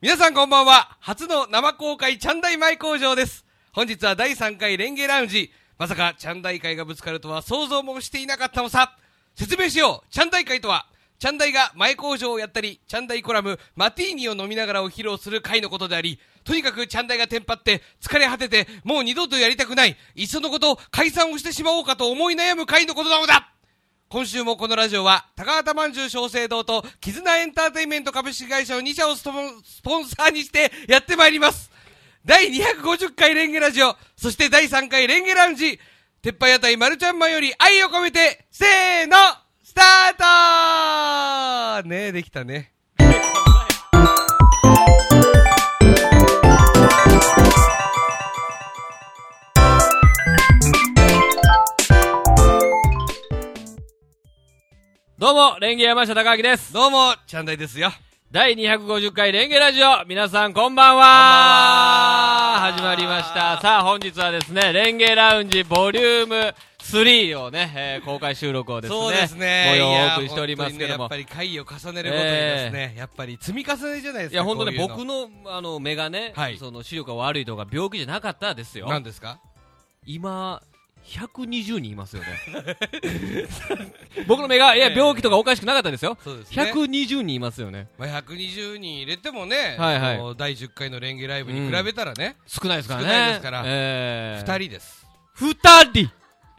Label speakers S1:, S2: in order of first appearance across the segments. S1: 皆さんこんばんは。初の生公開チャンダイ前工場です。本日は第3回レンゲラウンジ。まさかチャンダイ会がぶつかるとは想像もしていなかったのさ。説明しよう。チャンダイ会とは、チャンダイが前工場をやったり、チャンダイコラム、マティーニを飲みながらを披露する会のことであり、とにかくチャンダイがテンパって、疲れ果てて、もう二度とやりたくない、いっそのこと解散をしてしまおうかと思い悩む会のことなのだ今週もこのラジオは、高畑まんじゅう小生堂と、絆エンターテインメント株式会社の2社をストモスポンサーにしてやってまいります。第250回レンゲラジオ、そして第3回レンゲラウンジ、鉄板屋台マルちゃんマンより愛を込めて、せーの、スタートねえ、できたね。
S2: どうも、レンゲ山下隆明です。
S1: どうも、チャンダイですよ。
S2: 第250回レンゲラジオ、皆さんこんばんは
S1: こんばんは
S2: 始まりました。さあ、本日はですね、レンゲラウンジボリューム3をね、えー公開収録をですね、
S1: そうですね。
S2: 模様を
S1: いや
S2: お送りしておりますけど
S1: 本
S2: も。
S1: 当にねやっぱり回を重ねることにですね、やっぱり積み重ねじゃないですか。
S2: いや、本当ね、
S1: こういうの
S2: 僕の、あの、目がね、
S1: はい
S2: その、視力が悪いとか病気じゃなかったですよ。
S1: 何ですか
S2: 今、120人いますよね。 僕の目が、いや、病気とかおかしくなかったですよ。
S1: そうですね。
S2: 120人いますよね。
S1: まあ、120人入れてもね、
S2: はいはい
S1: あの第10回のレンゲライブに比べたらね、
S2: 少ないですからね。
S1: 少ないですから二
S2: えー
S1: 2人です、
S2: 二人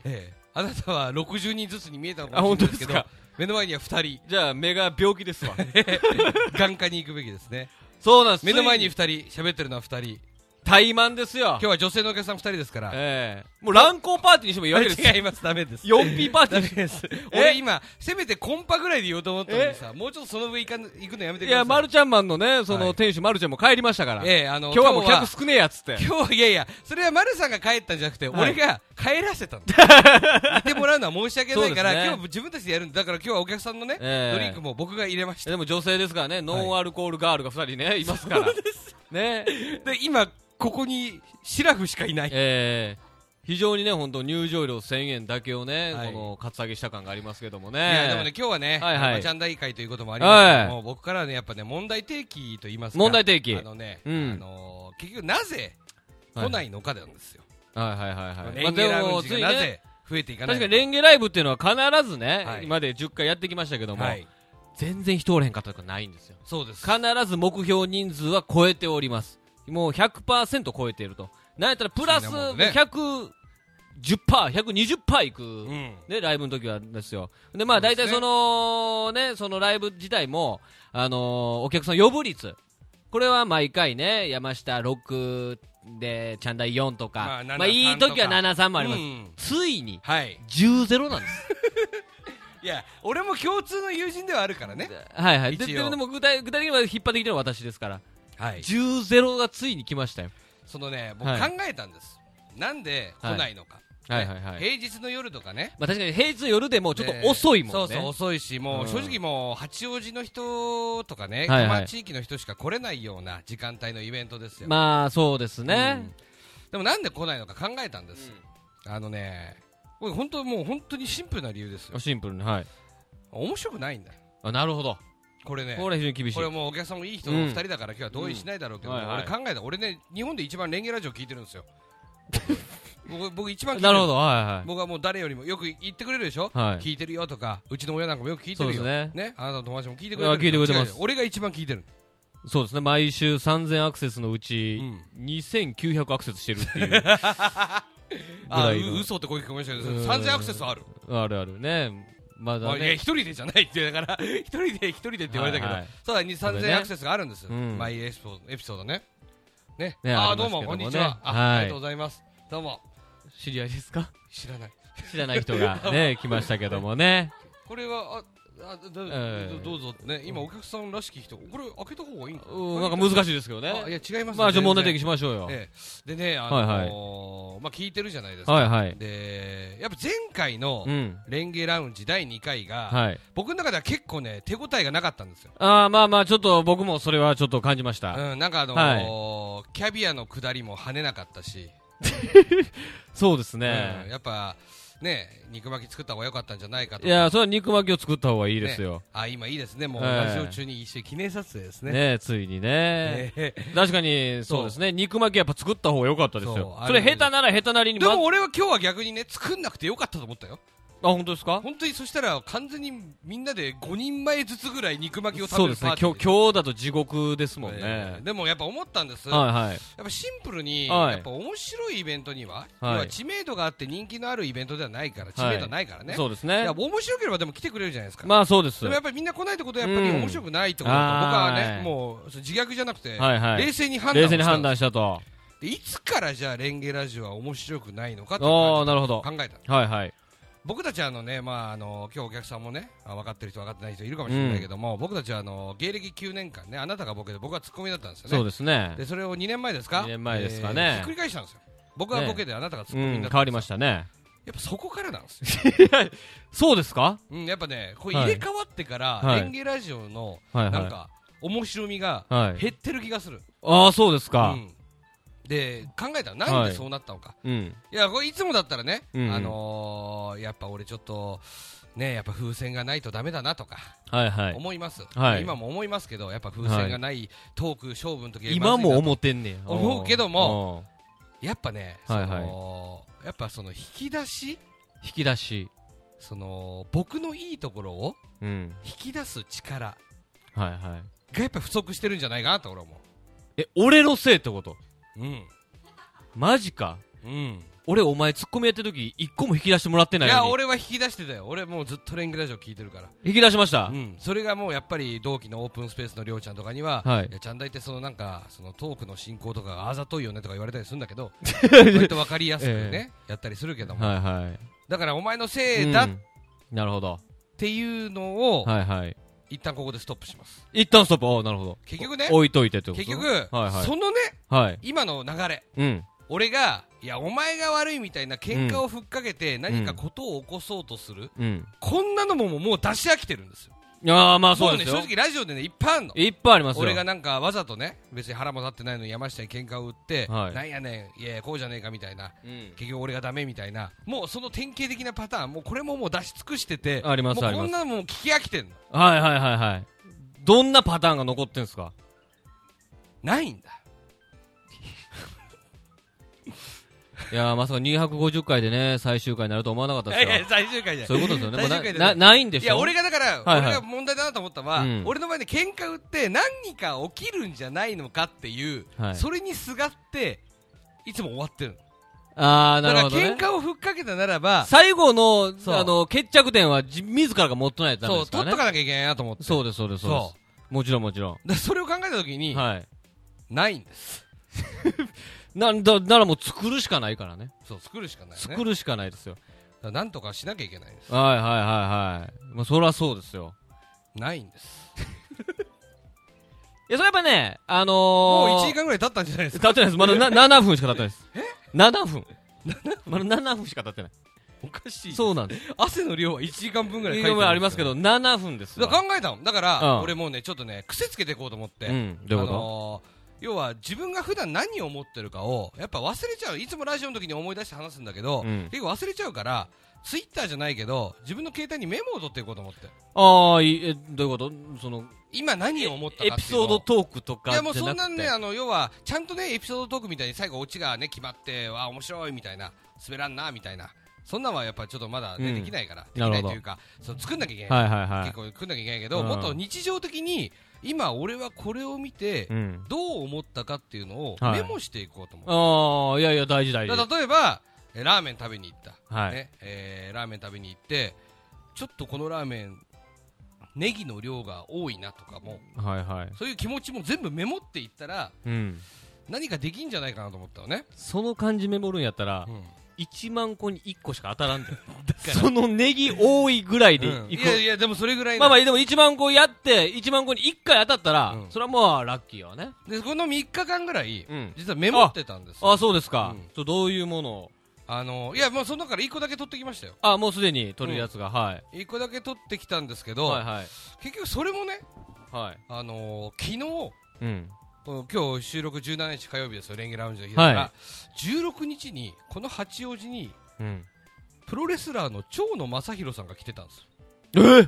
S1: ええあなたは60人ずつに見えたのか
S2: あ
S1: も
S2: 本
S1: しれないでけ
S2: 当ですす
S1: ど
S2: か
S1: 目の前には2人
S2: じゃあ目が病気ですわ
S1: 眼科に行くべきですね
S2: そうなんです
S1: 目の前に
S2: つい
S1: 2人喋ってるのは2人
S2: 怠慢ですよ
S1: 今日は女性のお客さん2人ですから、
S2: ええもう乱行パーティーにしてもいいわけですよ
S1: 違いますダメです
S2: 4P パー
S1: ダ
S2: ティ
S1: メ
S2: ー
S1: です
S2: え
S1: 俺今せめてコンパぐらいで言おうと思ったのにさもうちょっとその上行かん行くのやめて
S2: い
S1: ください
S2: や、まるちゃんマンのね、そ
S1: は
S2: の
S1: い
S2: 店主まるちゃんも帰りましたから。
S1: ええあの
S2: 今日はもう
S1: 今日は
S2: 客少ねえやっつって。
S1: 今日いやいやそれは丸さんが帰ったんじゃなくて、
S2: は
S1: 俺
S2: い
S1: が帰らせ たのいてもらうのは申し訳ないから、
S2: そうですね
S1: 今日自分たちでやるんだだから今日はお客さんのね、
S2: ええ
S1: ドリンクも僕が入れました
S2: でも女性ですからね、ノンアルコールガールが2人ね、いますから。ね。
S1: で今ここにシラフしかいない
S2: ええ非常にね、本当入場料1000円だけをね、
S1: はい
S2: この、カツアゲした感がありますけども
S1: い
S2: ね。
S1: やでもね、今日はね、
S2: はいはい
S1: マチャン大会ということもありますけども、
S2: は
S1: 僕からはね、やっぱね、問題提起と言いますか
S2: 問題提起
S1: あのね、
S2: うん
S1: あのー結局なぜ
S2: はい
S1: 来ないのかなんですよ。
S2: はいはいはいはい。
S1: レンゲラウンジがな
S2: まあでもついね
S1: ぜ増えていかない
S2: 確
S1: の
S2: かにレンゲライブっていうのは必ずね、
S1: はい
S2: 今まで10回やってきましたけども、
S1: はい、
S2: 全然人おれへんかったとかないんですよ
S1: そうです。
S2: 必ず目標人数は超えておりますもう100%超えているとなんやったらプラス
S1: そんなもんね
S2: 110%120% 120%いく、
S1: うん、
S2: ね、ライブの時はですよ。で、まあ、
S1: そうで
S2: 大
S1: すね
S2: 体その、ね、そのライブ自体も、あのーお客さん呼ぶ率。これは毎回ね、山下6で、チャンダイ4と
S1: ま
S2: か
S1: あ、
S2: まあ、
S1: 73
S2: いい時は
S1: とか
S2: 73もあります。
S1: うん
S2: ついに、
S1: はい。
S2: 10-0なんです。
S1: いや、俺も共通の友人ではあるからね。
S2: はいはい。で
S1: 一
S2: で
S1: 応
S2: でも具体具体的には引っ張ってきてるのは私ですから。
S1: はい。
S2: 10ゼロがついに来ましたよ。
S1: そのね、僕考
S2: はい
S1: えたんです。なんで来ないのか。
S2: はいはいはい。
S1: 平日の夜とかね。
S2: まあ確かに平日の夜でもうちょっと遅いもんね。
S1: そうそう、遅いし、もう
S2: うん
S1: 正直もう八王子の人とかね、
S2: はいは
S1: 多
S2: い
S1: 摩地域の人しか来れないような時間帯のイベントですよ。
S2: まあそうですね。
S1: でもなんで来ないのか考えたんで
S2: う
S1: す
S2: ん。
S1: あのね、これ本当もう本当にシンプルな理由ですよ。
S2: シンプルに、はい。
S1: 面白くないんだよ。
S2: あなるほど。
S1: これね。
S2: これは非常に厳しい
S1: これ。もうお客さんもいい人の2人だから今日は同意しないだろうけど、
S2: うんはいは
S1: 俺
S2: い
S1: 考えた俺ね日本で一番レンゲラジオ聞いてるんですよ僕僕一番聞いて
S2: なるほど、は
S1: 僕はもう誰よりもよく言ってくれるでしょ、
S2: はい
S1: 聞いてるよとかうちの親なんかもよく聞いてるよ
S2: そうです
S1: あなたの友達も聞いてくれてる
S2: いや聞いてくれてます
S1: 違う違う俺が一番聞いてる、
S2: いはい。そうですね。毎週3000アクセスのうち、2900アクセスしてるって いう。
S1: あ
S2: ぐ
S1: あ
S2: らいの
S1: う嘘って声聞こえましたけど
S2: うん
S1: 3000アクセスある、
S2: あるあるね。ま
S1: ま
S2: だ
S1: あ、いや
S2: ね。
S1: 一人でじゃないってだから 一人で一人でって言われたけど、
S2: はいはい
S1: そうだに
S2: それね
S1: 3000アクセスがあるんですよ、
S2: うん
S1: マイエピソードエピソードねね
S2: ね
S1: ああ
S2: あり
S1: ど
S2: ま
S1: う
S2: す
S1: も
S2: けども
S1: こ
S2: ね
S1: んにちはあ,、
S2: はい
S1: ありがとうございますどうも
S2: 知り合いですか
S1: 知らない
S2: 知らない人が ね、来ましたけどもね。
S1: これはああだだ
S2: ええ
S1: どうぞね今お客さんらしき人これ開けた方がいいの
S2: うん、なんか難しいですけど
S1: あい
S2: ね。
S1: や違います
S2: まあ、じゃあ問題提
S1: 起
S2: 起しましょうよ。
S1: ええ、でね、あのーまあ、聞いてるじゃないですか、
S2: はいはい。
S1: でやっぱ前回の
S2: うん。
S1: レンゲラウンジ第2回が、
S2: はい。
S1: 僕の中では結構ね、手応えがなかったんですよ、
S2: ああ、まあまあ、ちょっと僕もそれはちょっと感じました。
S1: うん、なんかあのーキャビアの下りも跳ねなかったし、
S2: そうです
S1: うん
S2: ね。
S1: やっぱね、肉巻き作った方が良かったんじゃないかと。
S2: いや、それは肉巻きを作った方がいいですよ
S1: ね。。あ、今いいですね。もう、
S2: ええ
S1: ラジオ中に一緒に記念撮影ですね。
S2: ねついにね。
S1: え
S2: 確かに、そうですね。肉巻きやっぱ作った方が良かったです
S1: そう
S2: よ。
S1: あれ
S2: それ下手なら下手なり
S1: え
S2: に
S1: で
S2: ま、あ、
S1: も俺は今日は逆にね、作んなくてよかったと思ったよ。
S2: 本当ですか
S1: 本当にそしたら完全にみんなで5人前ずつぐらい肉巻きを食
S2: そ
S1: べ
S2: うで
S1: る
S2: す
S1: パ
S2: ね
S1: ー。ティ
S2: 今
S1: ー
S2: 日、今日だと地獄ですもん
S1: え
S2: ね
S1: え。でもやっぱ思ったんです、
S2: はいはい。
S1: やっぱシンプルに、
S2: はい
S1: やっぱ面白いイベントには、
S2: はい
S1: 要は知名度があって人気のあるイベントではないから、知名度はないからね、
S2: そうです
S1: い
S2: ね
S1: や。面白ければでも来てくれるじゃないですか、
S2: まあそうです。
S1: でもやっぱりみんな来ないってことは、やっぱり
S2: うん
S1: 面白くないってことだと、僕は
S2: は
S1: ね、
S2: い
S1: もうそう自虐じゃなくて、
S2: はいはい
S1: 冷静に判断
S2: 冷
S1: をし
S2: 静
S1: た
S2: に判断したと。
S1: でいつからじゃあ、レンゲラジオは面白くないのかっていう
S2: ああ、
S1: の
S2: なるほど
S1: を。考えた。
S2: はいはい。
S1: 僕たちあのね、まあ、あの今日お客さんもねあ分かってる人分かってない人いるかもしれないけども、僕たちはあの芸歴9年間ねあなたがボケで僕はツッコミだったんですよね
S2: そうですね。
S1: でそれを2年前ですか
S2: 2年前ですかね
S1: えーひっくり返したんですよ僕はボケであなたがツッ
S2: う
S1: コミにな
S2: ん、変
S1: った、
S2: わりましたね。
S1: やっぱそこからなん ですよ、
S2: そうですか
S1: うん、やっぱねこう
S2: はい
S1: 入れ替わってから、
S2: はい
S1: 演芸ラジオの
S2: はい
S1: なん
S2: は
S1: か面白みが
S2: い。はい。
S1: 減ってる気がする、
S2: ああ、そうですか
S1: う。んで考えたらなんでそうなったのか、
S2: うん。
S1: い、やこれいつもだったらね、
S2: うん
S1: あのーやっぱ俺ちょっとねやっぱ風船がないとダメだなとか
S2: はいはい。
S1: 思います、
S2: はい
S1: 今も思いますけどやっぱ風船がないトーク勝負の時は
S2: 今も
S1: まずいな
S2: 思ってんねん。
S1: 思うけども
S2: うん、
S1: やっぱね、
S2: はいはい
S1: そのやっぱその引き出し
S2: 引き出し。
S1: その僕のいいところを
S2: うん。
S1: 引き出す力
S2: はいはい。
S1: がやっぱ不足してるんじゃないかなと俺は思
S2: え、俺のせいってこと
S1: ううん
S2: マジか。
S1: うん
S2: 俺、お前、ツッコミやってる時、一個も引き出してもらって
S1: い
S2: ないの
S1: や
S2: に。
S1: 俺は引き出してたよ俺もうずっとレンゲラジオ聞いてるから
S2: 引き出しました
S1: う。んそれがもうやっぱり同期のオープンスペースのりょうちゃんとかには、
S2: はい
S1: やちゃんだいってそのなんかそのトークの進行とかがあざといよねとか言われたりするんだけ ど割と分かりやすくね、やったりするけども、
S2: はいはい。
S1: だからお前のせいだ
S2: う
S1: っ
S2: んなるほど。
S1: ていうのを、
S2: はいはい。
S1: 一旦ここでストップします
S2: 一旦ストップ。おなるほど。
S1: 結局ね
S2: 置いといてってこと
S1: 結局、
S2: はいはい
S1: そのね
S2: はい。
S1: 今の流れ
S2: うん。
S1: 俺がいやお前が悪いみたいな喧嘩をふっかけて何かことを起こそうとする、
S2: うん。
S1: こんなのももうもう出し飽きてるんですよ
S2: ああ、まあそうですよ。
S1: もね正直ラジオでねいっぱいあんの
S2: いっぱいありますよ。
S1: 俺がなんかわざとね別に腹も立ってないのに山下に喧嘩を売って、
S2: はい
S1: なんやねんいやいやこうじゃねえかみたいな
S2: うん
S1: 結局俺がダメみたいなもうその典型的なパターンもうこれももう出し尽くしてて
S2: あります
S1: もう
S2: ありま
S1: こ
S2: す
S1: んなのもう聞き飽きてんの
S2: はいはいはいはい。どんなパターンが残ってんすか
S1: ないんだ
S2: いやー、まさか250回でね、最終回になると思わなかった
S1: い
S2: で
S1: や い
S2: すから
S1: や。最終回じゃ
S2: そういうことですよね。もう
S1: 最終回じゃな
S2: ないないんで
S1: い
S2: しょ
S1: や俺がだから、
S2: はい
S1: 俺が問題だなと思ったのは、
S2: うん
S1: 俺の前で喧嘩売って何か起きるんじゃないのかっていう、
S2: はい
S1: それにすがっていつも終わってるの
S2: あー、な
S1: だか
S2: るほ
S1: ら
S2: ど、ね
S1: 喧。嘩をふっかけたならば
S2: 最後の、
S1: そう
S2: あの、決着点は自自らが持ってないとダメ
S1: そう
S2: ですから
S1: 取っ
S2: ね。
S1: とかなきゃいけないなと思って
S2: そうです、そうです、そうです。もちろん、もちろ
S1: だからそれを考えた時に、
S2: ん。はい。
S1: ないんです
S2: なんだ、ならもう作るしかないからね。
S1: そう作るしかないねだ
S2: 作
S1: か
S2: るしかないですよ。
S1: らなんとかしなきゃいけないです
S2: はいはいはいはい。まあ、そりゃそうですよ。
S1: ないんです
S2: いや、それやっぱね、あのー、
S1: もう1時間ぐらい経ったんじゃないですか
S2: 経ってないです。まだな7分しか経ってないです。7分。まだ7分しか経ってない。
S1: おかし
S2: そうなんです。
S1: 汗の量は1時間分ぐらい書いて
S2: いろいろありますけど、7分です
S1: だ
S2: わ。
S1: から考えたのだから、
S2: うん
S1: 俺もうねちょっとね癖つけていこうと思って、
S2: うん、どういう
S1: あ
S2: こ
S1: のー要は自分が普段何を思ってるかをやっぱ忘れちゃういつもラジオの時に思い出して話すんだけど、
S2: うん
S1: 結構忘れちゃうからツイッターじゃないけど自分の携帯にメモを取っていこうと思って
S2: とああ、いいえ、どういうことその、
S1: 今何を思った
S2: エ
S1: かっ
S2: ピ
S1: ていうの
S2: ソ
S1: を
S2: ードトークとか
S1: い
S2: じ
S1: や
S2: ゃな
S1: もう
S2: くて。
S1: そんなんねあの要はちゃんとねエピソードトークみたいに最後オチがね決まってわあ面白いみたいな滑らんなみたいなそんなんはやっぱちょっとまだ、ね
S2: うん
S1: できないからでき
S2: なる
S1: な
S2: ほ
S1: い
S2: ど
S1: というかそう作んなきゃいけない、
S2: はいはいは
S1: 結
S2: い。
S1: 構作んなきゃいけないけど、
S2: うん
S1: もっと日常的に今俺はこれを見て、
S2: うん。
S1: どう思ったかっていうのを
S2: はい
S1: メモしていこうと思う、
S2: ああ、いやいや、大事大
S1: だから
S2: 事。
S1: 例えばえラーメン食べに行った、
S2: はい。
S1: ねえーラーメン食べに行ってちょっとこのラーメンネギの量が多いなとかも
S2: はいはい。
S1: そういう気持ちも全部メモっていったら
S2: うん。
S1: 何かできんじゃないかなと思ったのね、
S2: その漢字メモるんやったら、
S1: うん
S2: 1万個に1個しか当たら んで。
S1: ら
S2: そのネギ多いぐらいで
S1: うん
S2: い
S1: い
S2: く。
S1: やいやでもそれぐらいな
S2: まあまあ、でも1万個やって、1万個に1回当たったら、
S1: うん
S2: それはもうラッキーよね。
S1: でこの3日間ぐらい
S2: うん。
S1: 実はメモってたんですよ
S2: あ、そうですか。
S1: うん
S2: そうどういうものを。
S1: あのいやもうその中から1個だけ取ってきましたよ
S2: あ、もうすでに取れるやつが、はい。
S1: 1個だけ取ってきたんですけど、
S2: はいはい。
S1: 結局それもね、
S2: はい。
S1: あのー昨日
S2: う
S1: う
S2: ん。
S1: ん今日収録17日火曜日ですよ、レンゲラウンジの日だから、
S2: は
S1: 16日にこの八王子に
S2: うん。
S1: プロレスラーの蝶野正弘さんが来てたんです
S2: え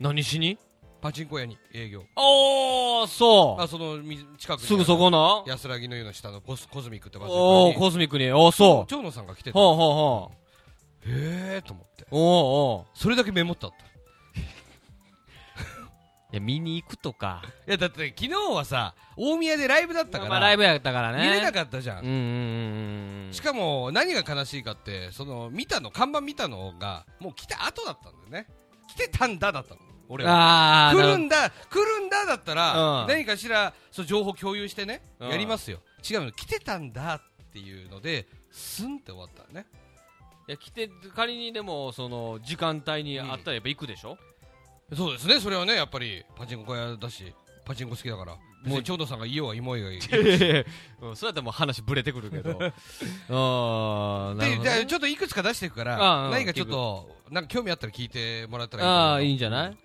S2: 何しに
S1: パチンコ屋に営業
S2: おー、そ
S1: あそのみ近く
S2: う。
S1: に
S2: すぐそこの
S1: 安らぎの湯の下のコスコズミックって場所
S2: お
S1: に
S2: ー、コズミックに。おー、そう。
S1: 蝶野さんが来てた
S2: ほうほうほう。
S1: へえと思って
S2: おーお
S1: それだけメモったった
S2: ー。いや、見に行くとか。
S1: いやだって昨日はさ大宮でライブだったから、
S2: まあ、ライブやったからね。
S1: 見れな
S2: か
S1: かったじゃん、
S2: うんうんうんうん。
S1: しかも何が悲しいかってその見たの看板見たのがもう来た後だったんだよね来てたんだだったの俺は
S2: あー、
S1: 来
S2: な
S1: る
S2: ほど
S1: んだ来るんだだったら、
S2: うん
S1: 何かしらそう情報共有してね、
S2: うん
S1: やりますよ違うの来てたんだっていうのでスンって終わったのね
S2: いや、来て、仮にでも、その、時間帯にあったらやっぱ行くで しょ
S1: そうですねそれはねやっぱりパチンコ小屋だしパチンコ好きだから
S2: も
S1: も
S2: う
S1: う長野さんがいようがいも いがいい
S2: いやいやいやうんそれだったらもう話ぶれてくるけ ど。あー、なる
S1: で
S2: ほど
S1: じゃ
S2: ね
S1: あちょっといくつか出していくから
S2: ああうん
S1: 何かちょっとなんか興味あったら聞いてもらったらいいと思う
S2: あー、いいんじゃないち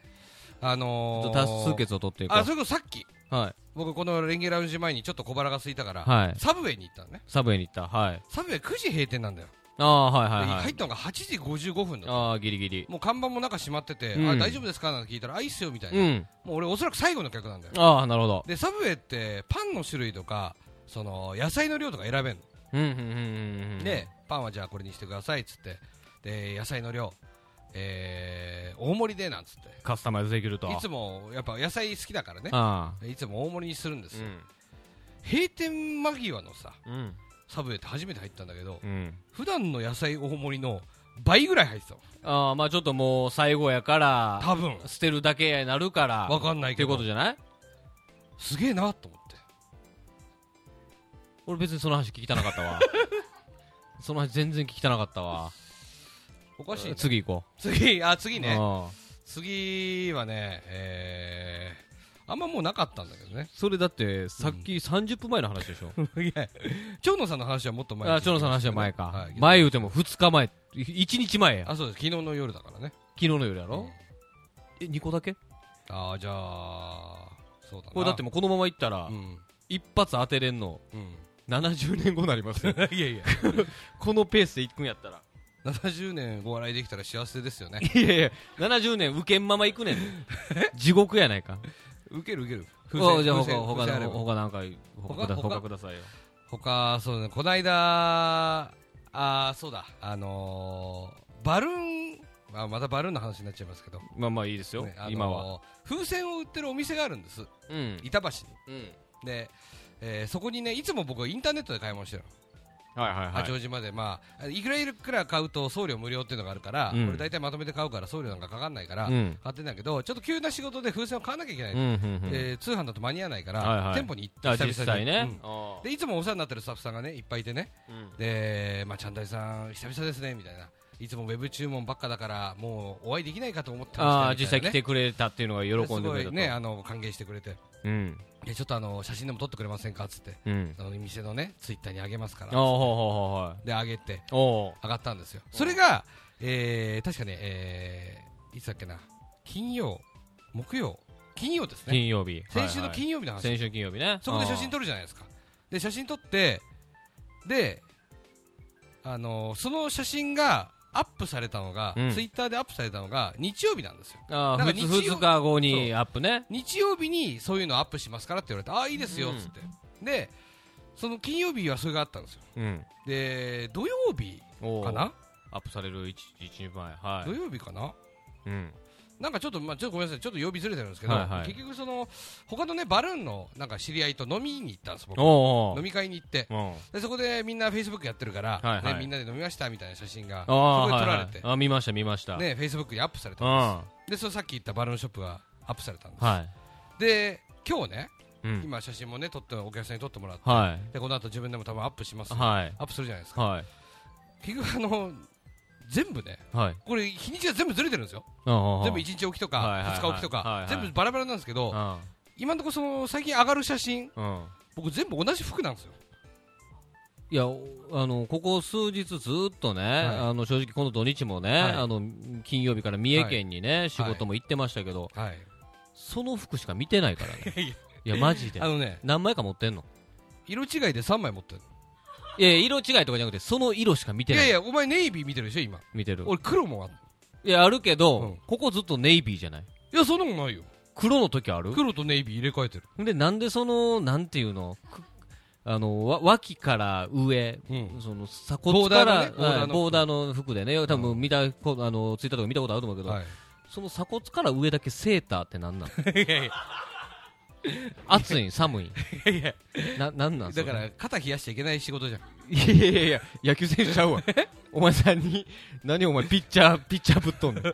S1: あ
S2: ょっ
S1: の
S2: と
S1: ー、
S2: 多数決を取っていこ
S1: あ
S2: う
S1: そ。れこそさっき
S2: はい。
S1: 僕このレンゲラウンジ前にちょっと小腹が空いたから、
S2: はい。
S1: サブウェイに行ったのね
S2: サブウェイに行った。はい。
S1: サブウェイ9時閉店なんだよ、
S2: ああ、はい
S1: で
S2: はいは
S1: 入
S2: い
S1: っ。たのが8時55分だった
S2: ああ、ギリギリ。
S1: もう看板も中閉まってて、
S2: うん
S1: あ大丈夫ですかなんて聞いたらあいいっすよみたいな、
S2: うん。
S1: もう俺おそらく最後の客なんだよ
S2: ああ、なるほど。
S1: でサブウェイってパンの種類とかその野菜の量とか選べんの、
S2: うん、うん、うんうん。
S1: で、パンはじゃあこれにしてくださいっつってで野菜の量えー、大盛りでなんつって
S2: カスタマイズできると。
S1: いつもやっぱ野菜好きだからね
S2: あ
S1: でいつも大盛りにするんです
S2: あ。
S1: よ、閉店間際のさ
S2: うん。
S1: サブウェイって初めて入ったんだけど
S2: うん。
S1: 普段の野菜大盛りの倍ぐらい入ってたの
S2: ああ、まあちょっともう最後やから、
S1: 多分
S2: 捨てるだけやなるから、
S1: わかんない
S2: っ
S1: け
S2: ていう
S1: ど
S2: ことじゃない
S1: すげえなと思って
S2: 俺別にその話聞きたなかっ たわ。その話全然聞きたなかったわ。
S1: おかしいな
S2: 次行こ
S1: 次あ次
S2: う。
S1: ね
S2: ああ
S1: 次はねえー、あんまもうなかったんだけどね
S2: それだって、さっき30分前の話でしょ。
S1: いや長野さんの話はもっと前に
S2: ああ、長野さんの話は前
S1: は
S2: か
S1: い。
S2: 前言うても2日前、1日前や。昨
S1: あそうです昨日の夜だからね
S2: 日の夜やろ
S1: ん
S2: え、2個だけ
S1: あーじゃあそうだな
S2: これだってもうこのまま行ったら
S1: う、ん
S2: 一発当てれんの、
S1: うん
S2: 70年後になりますよ。
S1: いやいや
S2: このペースで行くんやったら。
S1: 70年お笑いできたら幸せですよね
S2: いやいや、70年受けんまま行くねん。地獄やないか。
S1: ウケるウケる
S2: おじゃあ他、
S1: 風船あ
S2: 他
S1: れ
S2: の、
S1: ば
S2: 他なんか、他くだ
S1: 他
S2: 他くださいよ。
S1: 他そうねこないだあーそうだあのー、バルーンあまたバルーンの話になっちゃいますけど、
S2: まあまあいいですよ
S1: ねあ、のー
S2: 今は。
S1: 風船を売ってるお店があるんです
S2: うん。
S1: 板橋に
S2: うん。
S1: で、えーそこにねいつも僕はインターネットで買い物してるの、
S2: はいはいはい。
S1: 八王子までまあいくらいくら買うと送料無料っていうのがあるから、
S2: うん
S1: これ大体まとめて買うから送料なんかかかんないから、
S2: うん。
S1: 買ってんだけどちょっと急な仕事で風船を買わなきゃいけない、
S2: うんうんうん。
S1: えー通販だと間に合わないから、
S2: はいはい
S1: 店舗に行って久
S2: あ
S1: 々に
S2: 実際ね。
S1: う
S2: あ
S1: んでいつもお世話になってるスタッフさんがねいっぱいいてね
S2: ーうん
S1: で、まあ、ちゃんだいさん、久々ですねみたいな、いつもウェブ注文ばっかだから、もうお会いできないかと思って
S2: あ
S1: ま
S2: ー、
S1: したみ
S2: 実
S1: たい
S2: 際
S1: な
S2: 来
S1: ね
S2: てくれたっていうのが喜んでくれ
S1: す
S2: た
S1: ごい
S2: と。
S1: ねあの歓迎してくれて、
S2: うん。
S1: でちょっとあの写真でも撮ってくれませんかっつって、
S2: うん。
S1: あの店のねツイッターにあげますか
S2: あ
S1: ら
S2: ー、ほうほ
S1: であげて、
S2: うほうほう。おー
S1: 上がったんですよ、それが、えー確かね、えーいつだっけな、金曜、木曜、金曜ですね、
S2: 金曜日。
S1: 先週の
S2: はいはい
S1: 金曜日の話、
S2: 先週金曜日ね。
S1: そこで写真撮るじゃないですか、で写真撮って、で、あのーその写真がアップされたのが、
S2: うん
S1: ツイッターでアップされたのが日曜日なんですよ、
S2: あ
S1: な
S2: あ、
S1: んか
S2: ふ
S1: 日
S2: つ
S1: 曜
S2: 2日後にアップね。
S1: 日曜日にそういうのアップしますからって言われて、ああ、いいですよ
S2: う
S1: っ
S2: ん
S1: つって、で、その金曜日はそれがあったんですよ、
S2: うん。
S1: で土曜日
S2: おー
S1: かな、
S2: アップされる1日前。は
S1: 土曜日かな。
S2: い。うん。
S1: なんかちょっと、まあ、ちょっとごめんなさい、ちょっと曜日ずれてるんですけど、
S2: はいはい
S1: 結局、その他のね、バルーンのなんか知り合いと飲みに行ったんです、僕、
S2: おーおー。
S1: 飲み会に行って、
S2: うん。
S1: でそこでみんなフェイスブックやってるから、
S2: はいはい
S1: ね、みんなで飲みましたみたいな写真が、
S2: あ
S1: そこで
S2: あー、
S1: 撮
S2: はい
S1: られ
S2: は
S1: て、
S2: いあ見ました、見ました。
S1: ね、フェイスブックにアップされ
S2: う
S1: た
S2: ん。
S1: ん
S2: は
S1: です、でそのさっき言ったバルーンショップがアップされたんです、
S2: い。
S1: で今日ね、
S2: うん。
S1: 今、写真もね、撮ってお客さんに撮ってもらって、
S2: は
S1: でこの後自分でも多分アップします、
S2: い。はい。
S1: アップするじゃないですか、
S2: は
S1: 結局、あの全部ね、
S2: い。はい。
S1: これ、日にちが全部ずれてるんですよ、全
S2: 全
S1: 部1日置きと
S2: はいはいは
S1: か、
S2: い
S1: 2日置きと
S2: はいは
S1: か
S2: い、
S1: 全部バラバラなんですけど、
S2: あ
S1: 今のところその最近上がる写真
S2: あうん。
S1: 僕全部同じ服なんですよ
S2: いや、おあの、ここ数日ずっとね、あの、正直この土日もね、
S1: はい
S2: あの、金曜日から三重県にね、仕事も行ってましたけど、
S1: はい
S2: その服しか見てないから ね。
S1: いやいや
S2: いや、マジで
S1: あ。のね
S2: 何枚か持ってんの
S1: 色違いで3枚持ってる
S2: いやいや色違いとかじゃなくてその色しか見て
S1: い
S2: な
S1: や
S2: い
S1: いや、お前ネイビー見てるでしょ、今。
S2: 見てる
S1: 俺黒もある。
S2: いやあるけど、
S1: うん
S2: ここずっとネイビーじゃない
S1: いや、そんなもんないよ。
S2: 黒の時ある
S1: 黒とネイビー入れ替えてる。
S2: でなんでそのなんていうのくあのわ脇から上
S1: うん。
S2: その鎖骨からはい
S1: ボーダーのね
S2: ボー,、
S1: ボー
S2: ダ
S1: ダ
S2: ーの服でね多分見たこあのツイッターとか見たことあると思うけど、
S1: はい。
S2: その鎖骨から上だけセーターってなんなん
S1: いやい
S2: 暑いん寒いん
S1: や いや、
S2: ななんなんそ
S1: だ
S2: れ
S1: から肩冷やしちゃいけない仕事じゃん。
S2: いやいやいやいや野球選手ちゃうわ お前さんに何お前ピッチャーピッチャーぶっ飛んで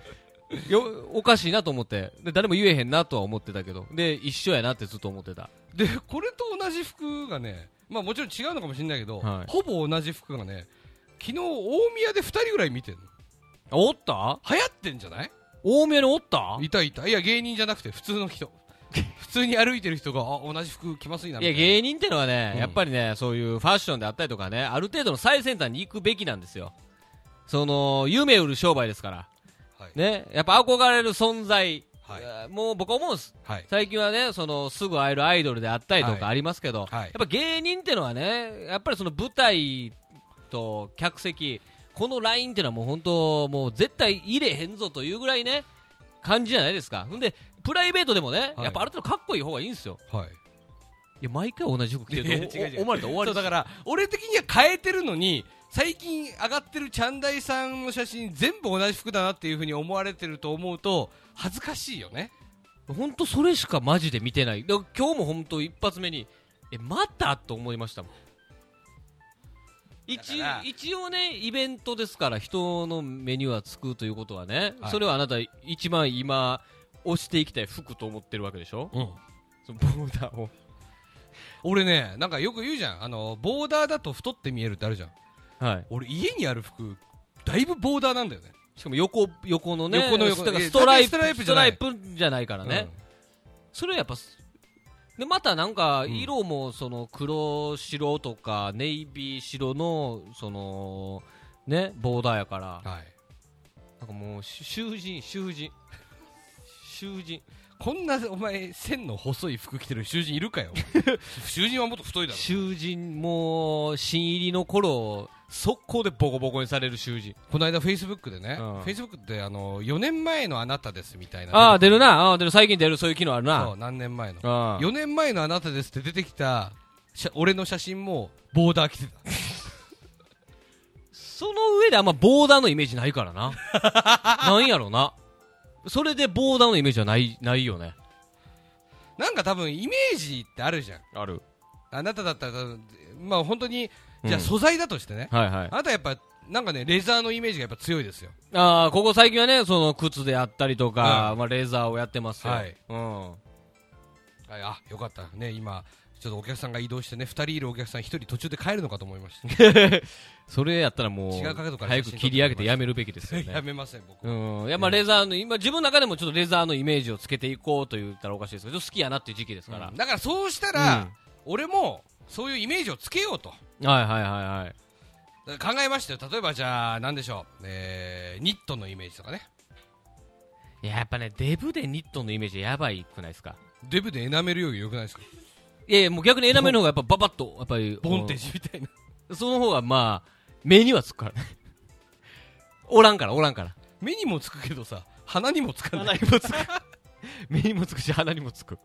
S2: よおかしいなと思ってで誰も言えへんなとは思ってたけどで一緒やなってずっと思ってた
S1: で、これと同じ服がね、まあもちろん違うのかもしれないけど、
S2: はい
S1: ほぼ同じ服がね、昨日大宮で2人ぐらい見てんの。
S2: おった
S1: 流行ってんじゃない
S2: 大宮におった
S1: いたいた。いや、芸人じゃなくて普通の人。 普通に歩いてる人が、あ、同じ服着ますいなみ
S2: い
S1: た
S2: や
S1: いな。
S2: 芸人ってのはね、
S1: うん
S2: やっぱりねそういうファッションであったりとかねある程度の最先端に行くべきなんですよその夢売る商売ですから、
S1: はい
S2: ねやっぱ憧れる存在、
S1: はい
S2: えーもう僕思うんです
S1: はい。
S2: 最近はねそのすぐ会えるアイドルであったりと
S1: はい
S2: かありますけ
S1: は
S2: ど、
S1: い
S2: やっぱ芸人ってのはねやっぱりその舞台と客席このラインっていうのはもう本当もう絶対入れへんぞというぐらいね感じじゃないですかほんでプライベートでもね、
S1: はい
S2: やっぱある程度かっこいい方がいいんですよ
S1: はい。
S2: いや、毎回同じ服着て
S1: いやい
S2: ると
S1: や違う違う
S2: おお思われたら終わり
S1: そうだから俺的には変えてるのに最近上がってるチャンダイさんの写真全部同じ服だなっていうふうに思われてると思うと恥ずかしいよね
S2: 本当それしかマジで見てない。だから今日も本当一発目に、え、またと思いましたもん。
S1: だ
S2: 一
S1: から
S2: 一応ね、イベントですから人の目にはつくということはね、
S1: はい
S2: それはあなた一番今、押していきたい服と思ってるわけでしょ
S1: うん
S2: そのボーダーを。
S1: 俺ねなんかよく言うじゃんあのボーダーだと太って見えるってあるじゃん
S2: はい。
S1: 俺家にある服だいぶボーダーなんだよね
S2: しかも横、横のね、
S1: 横の横
S2: だから
S1: いや
S2: ストライプ、
S1: ストライプ
S2: ス
S1: じ
S2: ト
S1: ゃ
S2: ラ
S1: ない
S2: イプじゃないからね。それはやっぱすでまたなんか
S1: うん
S2: 色もその黒白とかネイビー白のそのねボーダーやから
S1: うんはい、
S2: なんかもうし囚人囚人囚人
S1: こんなお前線の細い服着てる囚人いるか よ囚人はもっと太いだろ
S2: 囚人もう新入りの頃速攻でボコボコにされる囚人
S1: この間フェイスブックでね、
S2: うん
S1: フェイスブックってあの4年前のあなたですみたいな
S2: ああ出るなああ出る最近出るそういう機能ある
S1: そ
S2: な
S1: う何年前の
S2: あ
S1: 4年前のあなたですって出てきた写俺の写真もボーダー着てた
S2: その上であんまボーダーのイメージないから ななんやろなそれでボーダーのイメージはないないよね
S1: なんか多分イメージってあるじゃん
S2: ある
S1: あなただったら多分まあ本当に
S2: うん
S1: じゃあ素材だとしてね、
S2: はいはい
S1: あなたやっぱなんかねレザーのイメージがやっぱ強いですよ
S2: ああここ最近はねその靴であったりとか、まあ、レーザーをやってますよ、
S1: はい
S2: うん、
S1: はいあよかったね今ちょっとお客さんが移動してね2人いるお客さん1人途中で帰るのかと思いました
S2: それやったらもう
S1: 違う角度から
S2: 早く切り上げてやめるべきですよ
S1: や
S2: ね
S1: めません僕
S2: う
S1: は、
S2: ん、いやまあレザーの今自分の中でもちょっとレザーのイメージをつけていこうと言ったらおかしいですけどちょっと好きやなっていう時期ですから、
S1: だからそうした
S2: う
S1: ら、
S2: ん
S1: 俺もそういうイメージをつけようと
S2: はいはいはいはい
S1: だから考えましたよ例えばじゃあ何でしょう、えーニットのイメージとかね
S2: いややっぱねデブでニットのイメージやばいくないですか
S1: デブでエナメルより良くないですか
S2: いやいやもう逆にエナメルの方がやっぱババッとやっぱり
S1: ボンテージみたいな。
S2: うんその方がまあ目にはつくからね おらんからおらんから
S1: 目にもつくけどさ、鼻にもつかない。
S2: にもつく目にもつくし鼻にもつく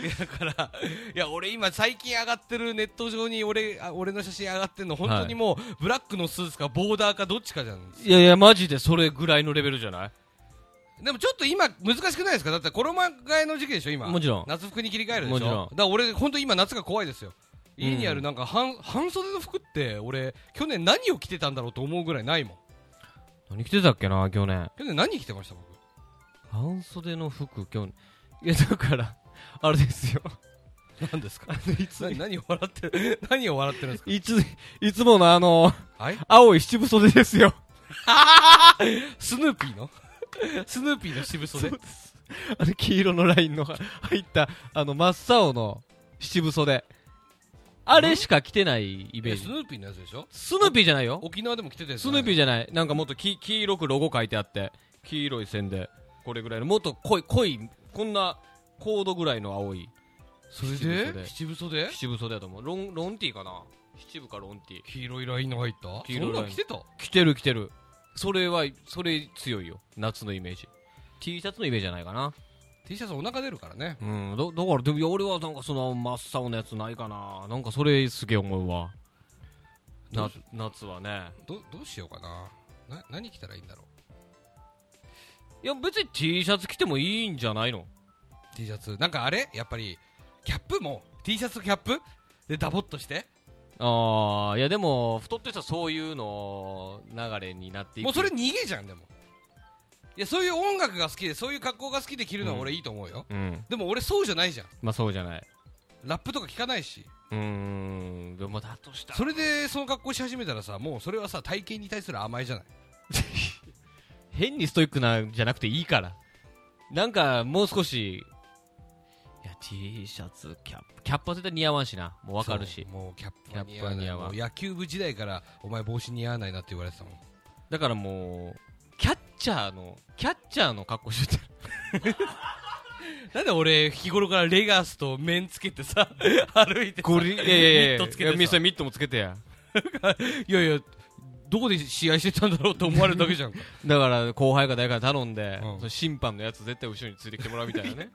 S1: いやだから、いや、俺今最近上がってるネット上に俺、あ俺の写真上がってるの、本当にもう、ブラックのスーツかボーダーかどっちかじゃん。
S2: いやいや、マジでそれぐらいのレベルじゃない
S1: でもちょっと今難しくないですかだって衣替えの時期でしょ今。
S2: もちろん
S1: 夏服に切り替えるでしょ
S2: もちろ
S1: だ
S2: ん
S1: から俺本当今夏が怖いですよ。家にあ
S2: う
S1: る
S2: ん
S1: なんか半,、半袖の服って俺、去年何を着てたんだろうと思うぐらいないもん。
S2: 何着てたっけな、去年。
S1: 去年何着てました僕。
S2: 半袖の服、去年。いや、だから、 あれですよ。
S1: 何です か何何を笑ってる、何を笑ってるんですか
S2: いつ、いつものあの、
S1: はい
S2: 青い七分袖ですよ。
S1: スヌーピー のスヌーピーの渋袖。
S2: です。 あの黄色のラインのは入った、あの、真っ青の七分袖。あれしか着てないイメー
S1: えス
S2: ジ。
S1: ヌーピーのやつでしょ
S2: スヌーピーじゃないよ。
S1: 沖縄でも着てたやつ
S2: スヌーピー
S1: ー
S2: じゃない。なんかもっとき黄色くロゴ書いてあって、黄色い線で、これぐらいの、もっと濃い、濃い、こんなコードぐらいの青い。
S1: それで
S2: 七分袖
S1: 七分袖
S2: 七分袖だと思うロンロンティーかな七分からオンティー
S1: 黄色いラインの入った
S2: 黄色いライン
S1: そんなん着てた
S2: 着てる着てるそれはそれ強いよ夏のイメージ T シャツのイメージじゃないかな
S1: T シャツお腹出るからね
S2: うんだだからでも俺はなんかその真っ青なやつないかななんかそれすげえ思うわ
S1: ど
S2: な
S1: うし
S2: 夏はね
S1: どどうしようかなな何着たらいいんだろ
S2: いや別に T シャツ着てもいいんじゃないの
S1: う T シャツなんかあれやっぱりキャップも T シャツとキャップでダボっとして
S2: ああいやでも太ってたらそういうの流れになっていく
S1: もうそれ逃げじゃんでもいやそういう音楽が好きでそういう格好が好きで着るのは俺いいと思うよ、
S2: うん
S1: でも俺そうじゃないじゃん
S2: まあそうじゃない
S1: ラップとか聞かないし
S2: うーんでもだとしたら
S1: それでその格好し始めたらさもうそれはさ体型に対する甘えじゃない
S2: 変にストイックなんじゃなくていいからなんかもう少しいや T シャツキャップキャップは絶対似合わんしなもうわかるし
S1: そうもうキャップは似合わない
S2: キャップは似合わん
S1: もう野球部時代からお前帽子似合わないなって言われてたもん
S2: だからもうキャッチャーのキャッチャーの格好してた
S1: なんで俺日頃からレガスと面つけて さ歩いて
S2: ゴリいやいやいや
S1: ミットつけてさ
S2: いやミスターミットもつけてや
S1: いやいやどこで試合してたんだろうと思われるだけじゃんか
S2: だから後輩か誰かに頼んで、
S1: うん
S2: その審判のやつ絶対後ろについてきてもらうみたいなね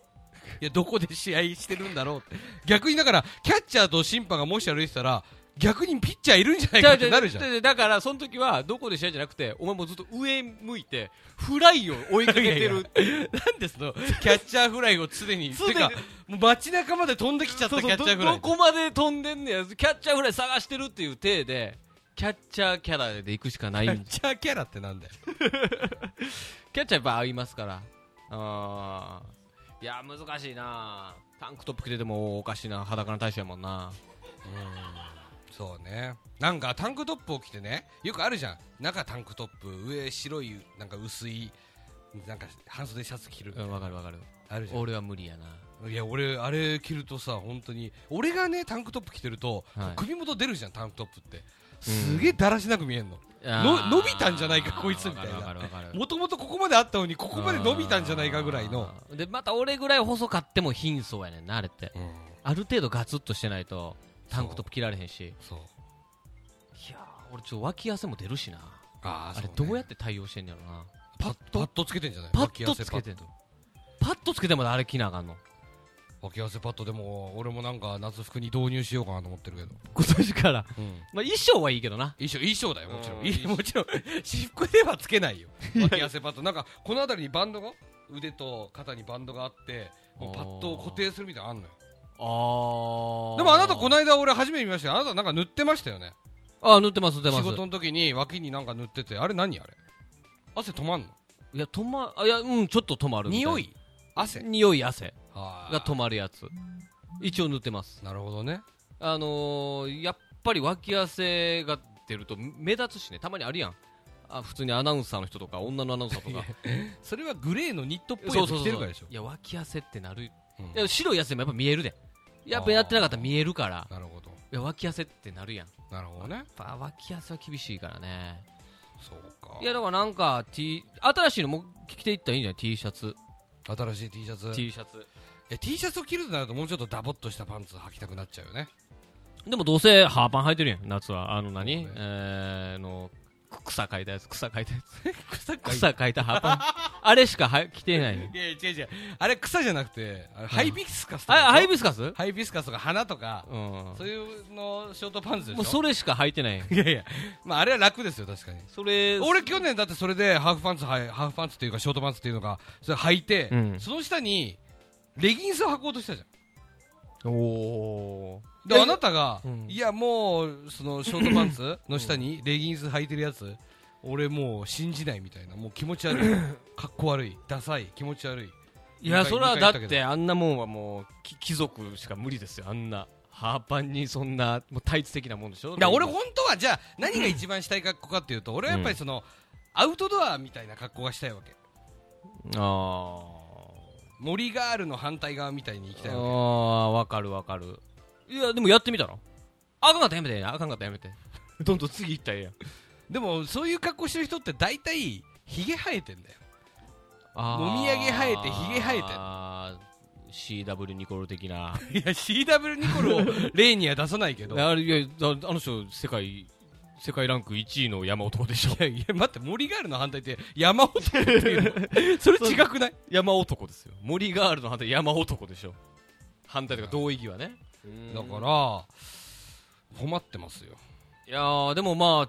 S1: いやどこで試合してるんだろう って逆にだからキャッチャーと審判がもし歩いてたら逆にピッチャーいるんじゃないかってなるじゃん
S2: 違う違う違うだからその時はどこで試合じゃなくてお前もうずっと上向いてフライを追いかけてる
S1: いやいなんでそのキャッチャーフライを常に
S2: 常に
S1: てかもう街中まで飛んできちゃった
S2: そう
S1: キ
S2: そ
S1: ャ
S2: う
S1: ッチャーフ
S2: ど
S1: ライ
S2: どこまで飛んでんねやキャッチャーフライ探してるっていう体でキャッチャーキャラで行くしかない
S1: キ
S2: ん
S1: ャッチャーキャラってなんだよ
S2: キャッチャーやっぱ合いますからあーいや難しいなタンクトップ着ててもおかしいな裸の大将やもんな
S1: そうねなんかタンクトップを着てねよくあるじゃん中タンクトップ上白いなんか薄いなんか半袖シャツ着る
S2: うんわかるわかる
S1: あるじゃ
S2: 俺は無理やなん
S1: いや俺あれ着るとさ本当に俺がねタンクトップ着てると、
S2: はい
S1: 首元出るじゃんタンクトップってすげえだらしなく見えんの
S2: あー
S1: 伸びたんじゃないかこいつみたいな
S2: わかるわかるわかる
S1: もともとここまであったのにここまで伸びたんじゃないかぐらいの
S2: あーでまた俺ぐらい細かっても貧相やねんなあれって
S1: うん
S2: ある程度ガツッとしてないとタンクトップ着られへんし
S1: そう
S2: いやー俺ちょっと脇汗も出るしな
S1: あ
S2: あれどうやってて対応してんやろな
S1: パッとパッとつけてんじゃない
S2: パッとつけてん
S1: 脇汗パッと
S2: パッとつけてまであれ着なあかんの
S1: 脇汗パッドでも俺もなんか夏服に導入しようかなと思ってるけど、
S2: 今年からまあ衣装はいいけどな
S1: 衣装衣装だよもちろ
S2: うん
S1: んいやもちろん私服ではつけないよ 脇汗パッドなんかこの辺りにバンドが腕と肩にバンドがあってもうパッドを固定するみたいなのあんのよ
S2: あ
S1: でもあなたこ
S2: の
S1: の間俺初めて見ましたよあなたなんか塗ってましたよね
S2: あ塗ってます塗ってま
S1: 仕
S2: す
S1: 事の時に脇になんか塗っててあれ何あれ汗止まんの
S2: いや止まあいやうんちょっと止まるみた
S1: 匂い汗
S2: 匂い汗が
S1: が
S2: 止まるやつ一応塗ってます
S1: なるほどね
S2: あのー、やっぱり脇汗が出ると目立つしねたまにあるやんあ普通にアナウンサーの人とか女のアナウンサー とか
S1: それはグレーのニットっぽいやつ着てるからでしょ
S2: いや脇汗ってなるい
S1: うん
S2: や白い汗もやっぱ見えるでやっぱやってなかったら見えるから
S1: なるほど
S2: いや脇汗ってなるやん
S1: なるほどね
S2: やっぱ脇汗は厳しいからね
S1: そうか
S2: いやだからなんか、T、新しいのも着ていったらいいんじゃない T シャツ、
S1: 新しい T シャツ
S2: T シャツ
S1: え T シャツを着るとなるともうちょっとダボっとしたパンツ履きたくなっちゃうよね
S2: でもどうせハーパン履いてるやん夏はあの何、
S1: そうね
S2: えー、のく草かいたやつ草かいたやつ
S1: 草
S2: 草かいたハーパンあれしかは着てないの
S1: いやいや違う違うあれ草じゃなくてあれハイビスカスとか
S2: あハイビスカスうん
S1: ハイビスカスとか花とか
S2: も
S1: そういうのショートパンツでしょ
S2: うそれしか履いてないやん
S1: いやいやまああれは楽ですよ確かに
S2: それ
S1: 俺去年だってそれでハーフパンツはいハーフパンツっていうかショートパンツっていうのがそれ履いて、
S2: うん
S1: その下にレギンスを履こうとしたじゃん
S2: おお
S1: であなたが、
S2: うん
S1: いやもうそのショートパンツの下にレギンス履いてるやつ、俺もう信じないみたいなもう気持ち悪いかっこ悪いダサい気持ち悪い
S2: いや
S1: 二回
S2: それはだっ
S1: 二回
S2: て
S1: 言
S2: あんなもんはもうき貴族しか無理ですよあんなハーパンにそんなもうタイツ的なもんでしょ
S1: いや俺本当はじゃあ何が一番したい格好かっていうと俺はやっぱりその、アウトドアみたいな格好がしたいわけ
S2: あ
S1: 森ガールの反対側みたいに行き
S2: あ
S1: たい
S2: あ
S1: わ
S2: あわかるわかるいやでもやってみたらあかんかったらやめてあかんかったらやめて どんどん次行ったらええやん
S1: けでもそういう格好してる人って大体ヒゲ生えてんだよ
S2: あー
S1: もみあげ生えてひげ生えて
S2: あー CW ニコル的 な
S1: いや CW ニコルを例には出さないけどいや
S2: あれいやだあの人世界世界ランク1位の山男でしょ
S1: いや待って森ガールの反対って山男って いうのそれ違くない
S2: 山男ですよ森ガールの反対山男でしょ反対とか同意義はね
S1: だから困ってますよ
S2: いやーでもまあ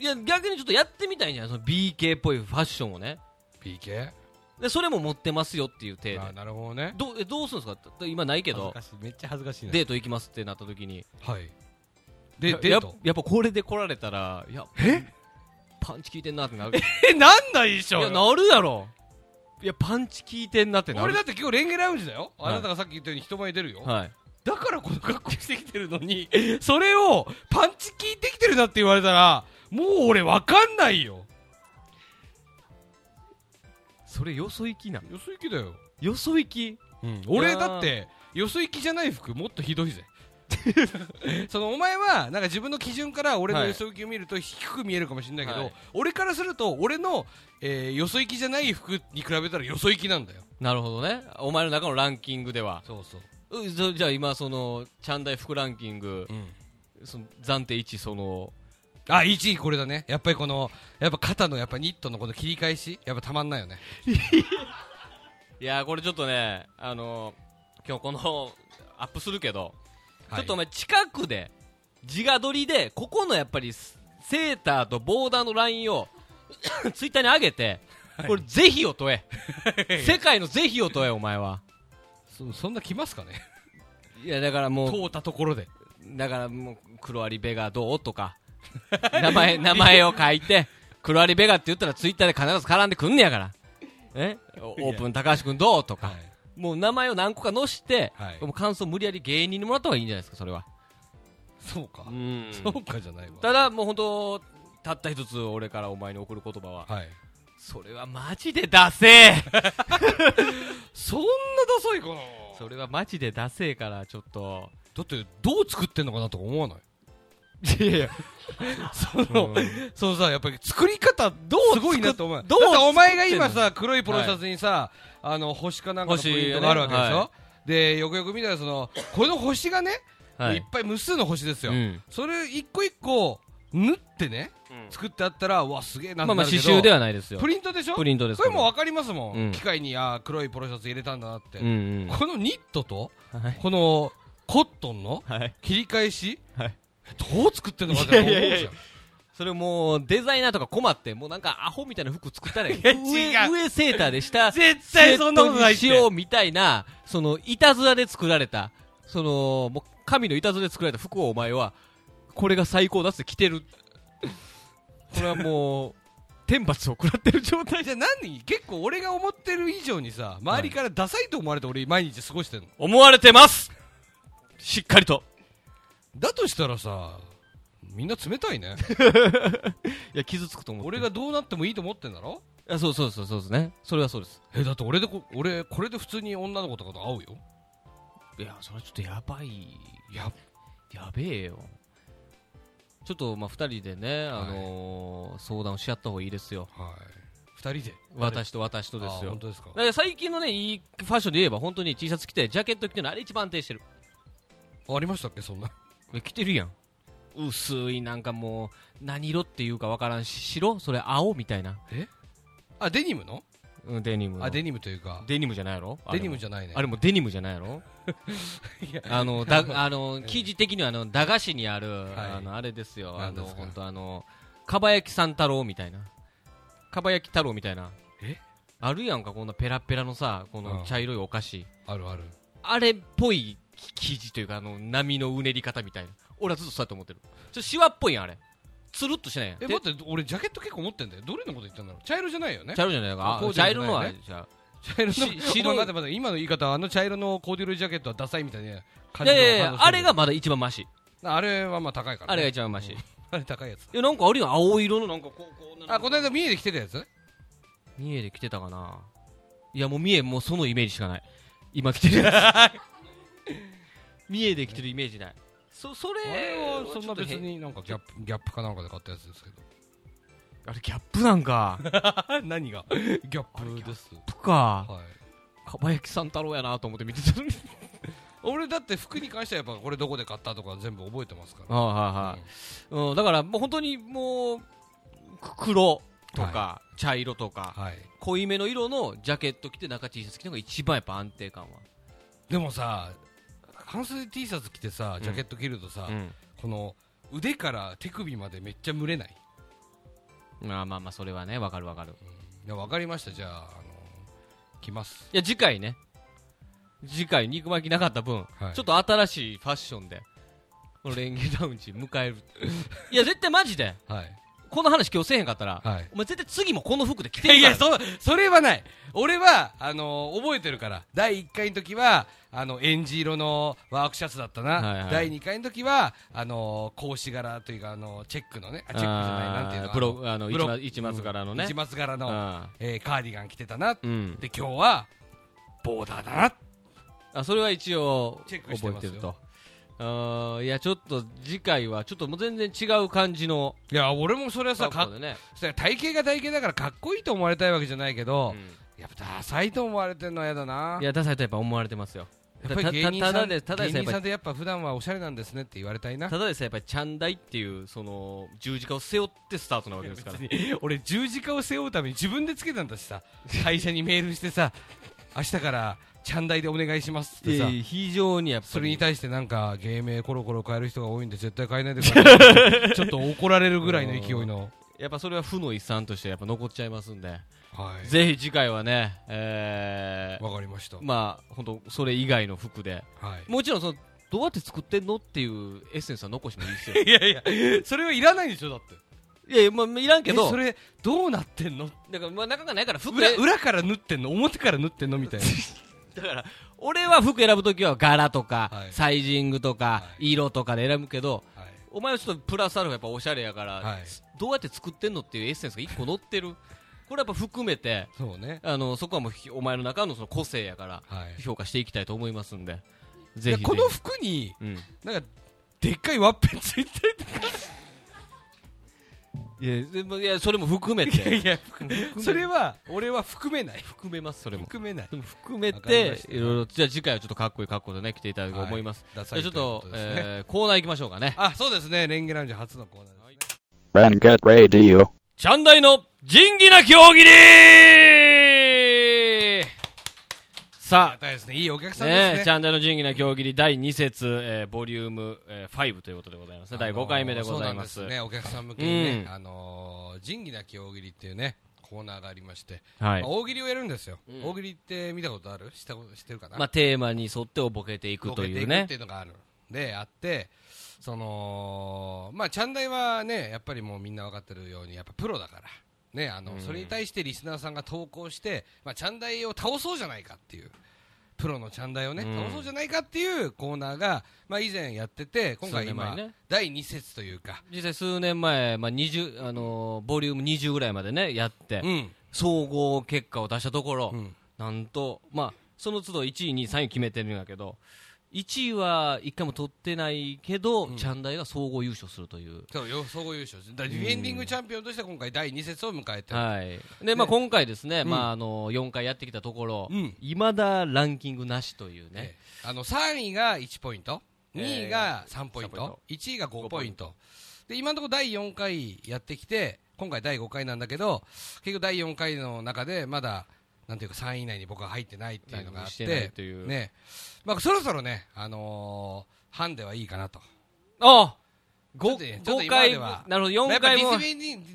S2: いや逆にちょっとやってみたいんじゃないその BK っぽいファッションをね
S1: PK
S2: でそれも持ってますよっていう体で
S1: あなるほどね
S2: どうえどうするんですかだ今ないけど
S1: 恥ずかしいめっちゃ恥ずかしいな
S2: デート行きますってなった時に
S1: はいで
S2: や
S1: デート
S2: ややっぱこれで来られたらいやパンチ効いてんなってなる い
S1: えなんないでしょ
S2: やなるやろいやパンチ効いてんなってな
S1: 俺
S2: る
S1: だって今日レンゲラウンジだよ、
S2: はい
S1: あなたがさっき言ったように人前出るよ、
S2: はい
S1: だからこの格好してきてるのにそれをパンチ効いてきてるなって言われたらもう俺わかんないよ
S2: それよそ行きな
S1: よそ行きだよ、
S2: よそ行きい
S1: 俺
S2: やー
S1: だってよそ行きじゃない服もっとひどい ぜそのお前はなんか自分の基準から俺の
S2: はい
S1: よそ行きを見ると低く見えるかもしれないけど、
S2: はい
S1: 俺からすると俺の、えーよそ行きじゃない服に比べたらよそ行きなんだよ
S2: なるほどねお前の中のランキングでは
S1: そうそう、
S2: うじゃじゃあ今そのチャンダイ服ランキング
S1: うん、
S2: その暫定1その
S1: あ1位これだねやっぱりこのやっぱ肩のやっぱニットのこの切り返しやっぱたまんないよね
S2: いやーこれちょっとねあのー今日このアップするけど、ちょっとお
S1: はい
S2: 前近くで自画撮りでここのやっぱりセーターとボーダーのラインを ツイッターに上げてこれ是非を問え世界の是非を問えお前は
S1: そそんな来ますかね
S2: いやだからもう
S1: 通ったところで
S2: だからもう黒アリベガどうと か名前名前を書いて黒アリベガって言ったらツイッターで必ず絡んでくんねやからえおオープン高橋君どうとか、
S1: はい
S2: もう名前を何個か載して、
S1: はい
S2: もう感想無理やり芸人にもらった方がいいんじゃないですかそれは
S1: そうか
S2: うん
S1: そうかじゃないわ
S2: ただもう本当たった一つ俺からお前に送る言葉は
S1: はい
S2: それはマジでダセ ー
S1: そんなダサいかな
S2: それはマジでダセーからちょっと
S1: だってどう作ってんのかなとか思わない
S2: いやいや
S1: その、そのさやっぱり作り方どうすごいなって思う
S2: どう
S1: だってお前が今
S2: 作
S1: さ黒いポロシャツにさ、あの星かなんかのプ
S2: 星
S1: リントがあるわけでしょ、
S2: は
S1: でよくよく見たらそのこの星がね、、
S2: はい
S1: っ
S2: い、
S1: ぱい無数の星ですよ、
S2: うん
S1: それ一個一個縫ってね、作ってあったらうわすげえな
S2: ま
S1: って
S2: あま
S1: なる
S2: あ刺
S1: けど
S2: 繍ではないですよ
S1: プリントでしょ
S2: プリントです
S1: それもう分かりますもん、
S2: うん
S1: 機械にあー黒いポロシャツ入れたんだなって、
S2: うんうん
S1: このニットと
S2: はい
S1: このコットンの
S2: はい
S1: 切り返し、
S2: はい
S1: どう作ってんのかって思うじゃん
S2: いやいやいやそれもうデザイナーとか困ってもうなんかアホみたいな服作ったらいい
S1: や違う
S2: 上上セーターで 下
S1: 絶
S2: セットにしようみたいなそのいたずらで作られたそのもう神のいたずらで作られた服をお前はこれが最高だっつって着てるこれはもう天罰を食らってる状態
S1: じゃあ何結構俺が思ってる以上にさ周りからダサいと思われて俺毎日過ごしてんの
S2: 思われてますしっかりと
S1: だとしたらさみんな冷たい ね
S2: いや傷つくと思う
S1: 俺がどうなってもいいと思ってんだろ
S2: あそうそうそうそうですねそれはそうです
S1: えだって俺でこ俺これで普通に女の子とかと会うよ
S2: いやそれはちょっとやばい
S1: や
S2: やべえよちょっとまあ2人でね、あのー相談をし合った方がいいですよ
S1: はい2人で
S2: 私と私と
S1: と
S2: ですよ
S1: 本当ですか
S2: だから最近のねいいファッションで言えば本当に T シャツ着てジャケット着てるのあれ一番安定してる
S1: ありましたっけそんな
S2: え着てるやん薄いなんかもう何色っていうかわからんし白それ青みたいな、
S1: あデニムの
S2: うん、デニムの
S1: あデニムというか
S2: デニムじゃないやろ
S1: デニム
S2: じ
S1: じゃないね
S2: あれもデニムじゃない やろあのだあの記事的にはあの駄菓子にある、
S1: い
S2: あのあれですよあ
S1: 何
S2: の
S1: ですか
S2: 本当あのかば焼き三太郎みたいなかば焼き太郎みたいな
S1: え
S2: あるやんかこんなペラペラのさこ
S1: うん
S2: の茶色いお菓子、
S1: あるある
S2: あれっぽいき生地というかあの波のうねり方みたいな俺はずっとそうやって思ってるちょシワっぽいやんあれつるっとしてないやん
S1: え
S2: で
S1: 待って俺ジャケット結構持ってんだよどれのこと言ったんだろう茶色じゃないよね
S2: 茶色じゃないか
S1: コーデ
S2: 茶
S1: ィネート
S2: 色のは、
S1: じゃない
S2: じゃあ
S1: 茶色の
S2: し
S1: 白
S2: 白
S1: い
S2: い
S1: 待って待って今の言い方あの茶色のコーデュロイジャケットはダサいみたいな感
S2: い
S1: じ
S2: や
S1: の
S2: いやいや
S1: 反応す
S2: あ
S1: る
S2: れがまだ一番マシ、
S1: あれはまあ高いから、
S2: あれ
S1: ね、
S2: が一番マシ、い
S1: あれ高いやつ
S2: やなんかあるやん青色のなんかこうこうなんか
S1: あこの間見えてきてたやつ
S2: 三重で来てたかないやもう三重もうそのイメージしかない今来 てるやつ三重で来てるイメージないそそれ
S1: あれはそんな別
S2: ちょっとへ
S1: になんかギャップギャップかなんかで買ったやつですけど
S2: あれギャップなんかギャッ
S1: あ何がギャップです
S2: プか
S1: は
S2: かばやきさん太郎やなと思って見てたのに
S1: 俺だって服に関してはやっぱこれどこで買ったとか全部覚えてますから
S2: はいはいはい、うんだからもう本当にもうく黒とか、茶色とか、
S1: はい
S2: 濃いめの色のジャケット着て中 T シャツ着てるのが一番やっぱ安定感は、
S1: でもさ半袖 T シャツ着てさジャケット着るとさ、この腕から手首までめっちゃ蒸れない
S2: まあまあまあそれはねわかるわかる
S1: いや分かりましたじゃああの着ます
S2: いや次回ね次回肉巻きなかった分、
S1: はい
S2: ちょっと新しいファッションでこのレンゲラウンジ迎える いや絶対マジで
S1: はい
S2: この話今日せえへんかったら、
S1: はい
S2: お前絶対次もこの服で着て
S1: いやい
S2: るから
S1: やそ それはない俺はあの覚えてるから第1回の時はあのエンジ色のワークシャツだったな、
S2: はいはい
S1: 第2回の時はあの格子柄というかあのチェックのねあチェックじゃないなんていうの
S2: ブロあの
S1: ブロ
S2: 一松一松柄のね
S1: うん一松柄の、
S2: あ
S1: えーカーディガン着てたな、
S2: ーうん
S1: で今日はボーダーだな
S2: あそれは一応
S1: チェッ
S2: 覚
S1: クして
S2: え
S1: ます
S2: て
S1: よ
S2: るとあーいやちょっと次回はちょっともう全然違う感じの
S1: いや俺もそれはさかっ
S2: 格好でね、
S1: それは体型が体型だからかっこいいと思われたいわけじゃないけど、
S2: う
S1: やっぱダサいと思われてるのは嫌だなん
S2: いやダサいとやっぱ思われてますよ
S1: やっぱり芸人さん
S2: たただでただでさえ
S1: 芸人さ
S2: やっぱ
S1: んでやっぱ普段はおしゃれなんですねって言われたいな
S2: ただでさえやっぱりチャンダイっていうその十字架を背負ってスタートなわけですから
S1: 別に 俺十字架を背負うために自分でつけたんだしさ会社にメールしてさ明日からちゃんだいでお願いしますって
S2: い
S1: さ
S2: やいや非常にやっぱり
S1: それに対してなんか芸名コロコロ変える人が多いんで絶対変えないでくださいちょっと怒られるぐらいの勢いの
S2: やっぱそれは負の遺産としてやっぱ残っちゃいますんで
S1: はい
S2: ぜひ次回はねえー
S1: わかりました
S2: まあ本当それ以外の服で
S1: はい
S2: もちろんそのどうやって作ってんのっていうエッセンスは残してもいいですよ
S1: いやいやそれはいらないでしょだって
S2: いやいや、まあ、いらんけど
S1: えそれどうなってんの
S2: だから、まあ、中がないから服
S1: 裏
S2: え
S1: 裏から縫ってんの表から縫ってんのみたいな
S2: だから俺は服選ぶときは柄とか、
S1: はい
S2: サイジングとか、
S1: は
S2: 色とかで選ぶけど
S1: はい
S2: お前はちょっとプラスアルファやっぱおしゃれやから、
S1: はい
S2: どうやって作ってんのっていうエッセンスが一個載ってるこれやっぱ含めて
S1: そうね
S2: あのそこはもうひお前の中のその個性やから
S1: はい
S2: 評価していきたいと思いますんで
S1: い
S2: ぜ
S1: や
S2: ひぜひ
S1: この服に
S2: うん
S1: なんかでっかいワッペンついてる
S2: いやでもいやそれも含め
S1: いや
S2: て
S1: いや、それは俺は含めない。
S2: 含めますそれも
S1: 含めない。
S2: でも含め
S1: わかりま
S2: て
S1: した
S2: いろいろじゃあ次回はちょっとかっこいい格好でね来ていただきたいと思います、
S1: はいダサ
S2: じゃ
S1: い
S2: あちょっと
S1: ということですね
S2: えーコーナー行きましょうかね
S1: あ、そうですね。レンゲラウンジ初のコーナーですね。
S3: Rangat Radio.
S2: チャンダイの仁義なき大喜利
S1: あり
S2: さ
S1: がたいですね。いいお客
S2: あ、
S1: さんですね。
S2: ね、チャンダイの仁義なき大喜利第2節、えーボリューム、えー5ということでございますね。第5回目でございます。
S1: そうなんですね。お客さん向けにね
S2: う、ん
S1: あのー、仁義なき大喜利っていうね、コーナーがありまして、
S2: はい
S1: まあ。大喜利をやるんですよ。大喜利って見たことあるしたこと知ってるかな
S2: まあ、テーマに沿っておぼけていくという
S1: ボケていく
S2: ね
S1: って。いうのがあるであってそのまあチャンダイはねやっぱりもうみんな分かってるようにやっぱプロだからねあの、それに対してリスナーさんが投稿してまあチャンダイを倒そうじゃないかっていうプロのチャンダイをね、
S2: うん
S1: 倒そうじゃないかっていうコーナーがまあ以前やってて今回
S2: 数
S1: 今、
S2: 年前ね
S1: 第2節というか
S2: 実際数年前、まあ、20、あのーボリューム20ぐらいまでね、やって、
S1: うん
S2: 総合結果を出したところ、
S1: うん
S2: なんと、まあ、その都度1位、2位、3位決めてるんやけど、1位は1回も取ってないけど、チャンダイが総合優勝するという。
S1: そうよ総合優勝だからディフェンディングチャンピオンとして今回第2節を迎えてる、
S2: はい。で、まあ、今回ですね、まあ、あの、4回やってきたところ
S1: うん、
S2: いまだランキングなしというね
S1: え。えあの3位が1ポイント、
S2: ええ
S1: 2位が3ポイン
S2: 3ポイン
S1: ト、1位が5ポイント、で今のところ第4回やってきて、今回第5回なんだけど、結局第4回の中で、まだなんていうか3位以内に僕は入ってないっていうのがあっ
S2: 何もしてない
S1: て、
S2: という
S1: ねまあ、そろそろね、あのーハンデはいいかなと。
S2: あ
S1: ちょっとね
S2: !5、
S1: ちょっと
S2: 5
S1: 今ま
S2: 回、
S1: で
S2: な
S1: は
S2: るほど、4回
S1: や
S2: も
S1: っぱ。ディフェンディン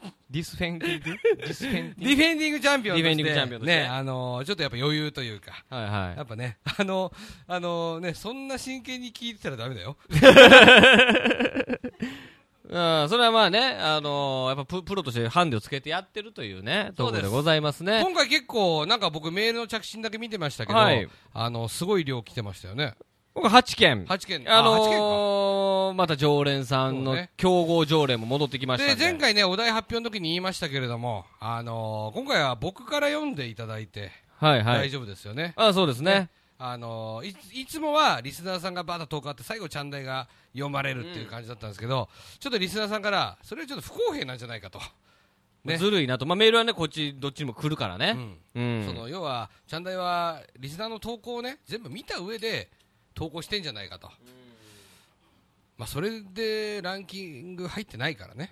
S1: グ
S2: ディスフェンディングディスフェン
S1: ディフェンディングチャンピオンと
S2: ディフェンディングチャンピオ
S1: して、
S2: ンとして
S1: ねあのーちょっとやっぱ余裕というか、
S2: はいはい
S1: や。っぱね、あの、あのね、そんな真剣に聞いてたらダメだよ。
S2: うん、それはまあね、あのーやっぱププロとしてハンデをつけてやってるというね、と
S1: そ
S2: こ
S1: う
S2: ろ
S1: です
S2: でございま すね。
S1: 今回結構、なんか僕メールの着信だけ見てましたけど、
S2: はい
S1: あの、すごい量来てましたよね。
S2: 今回8件。
S1: 8件。
S2: あ
S1: あ8
S2: のー、また常連さん
S1: そう
S2: の
S1: ね
S2: 競合常連も戻ってきまし
S1: 件か。
S2: たん
S1: で、前回ね、お題発表の時に言いましたけれども、あのー今回は僕から読んでいただいて、
S2: はいは
S1: 大
S2: い。
S1: 丈夫ですよね。
S2: あそうですね。
S1: あのーいいつもはリスナーさんがバーッと投稿あって最後チャンダイが読まれるっていう感じだったんですけど、ちょっとリスナーさんからそれはちょっと不公平なんじゃないかとね
S2: ずるいなと、まあ、メールはね、こっち、どっちにも来るから
S1: う
S2: ね。
S1: ん
S2: うん。
S1: その要は、チャンダイはリスナーの投稿をね、全部見た上で投稿してんじゃないかと、まあ、それでランキング入ってないから ね、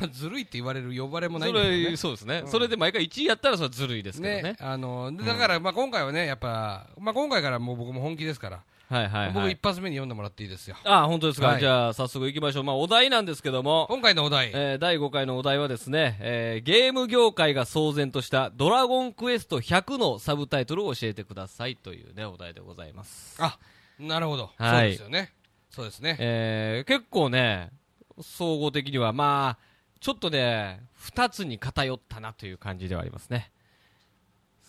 S1: まあずるいって言われる呼ばれもないんだけど
S2: そ
S1: ね
S2: れ、。そうですね。それで毎回1位やったら、それはずるいですけどね
S1: ね。、あのでだから、まあ、今回はね、やっぱ、まあ、今回からもう僕も本気ですから、
S2: はいはいは
S1: 僕、
S2: い
S1: 一。発目に読んでもらっていいですよ、
S2: あ、本当ですか。
S1: はい
S2: じゃあ、早速行きましょう。まあ、お題なんですけども、
S1: 今回のお題、
S2: えー第5回のお題はですね、えーゲーム業界が騒然としたドラゴンクエスト100のサブタイトルを教えてくださいというね、お題でございます。
S1: あなるほど、そ
S2: はい
S1: うですよね、そうですね、
S2: えー結構ね、総合的には、まあ、ちょっとね、2つに偏ったなという感じではありますね。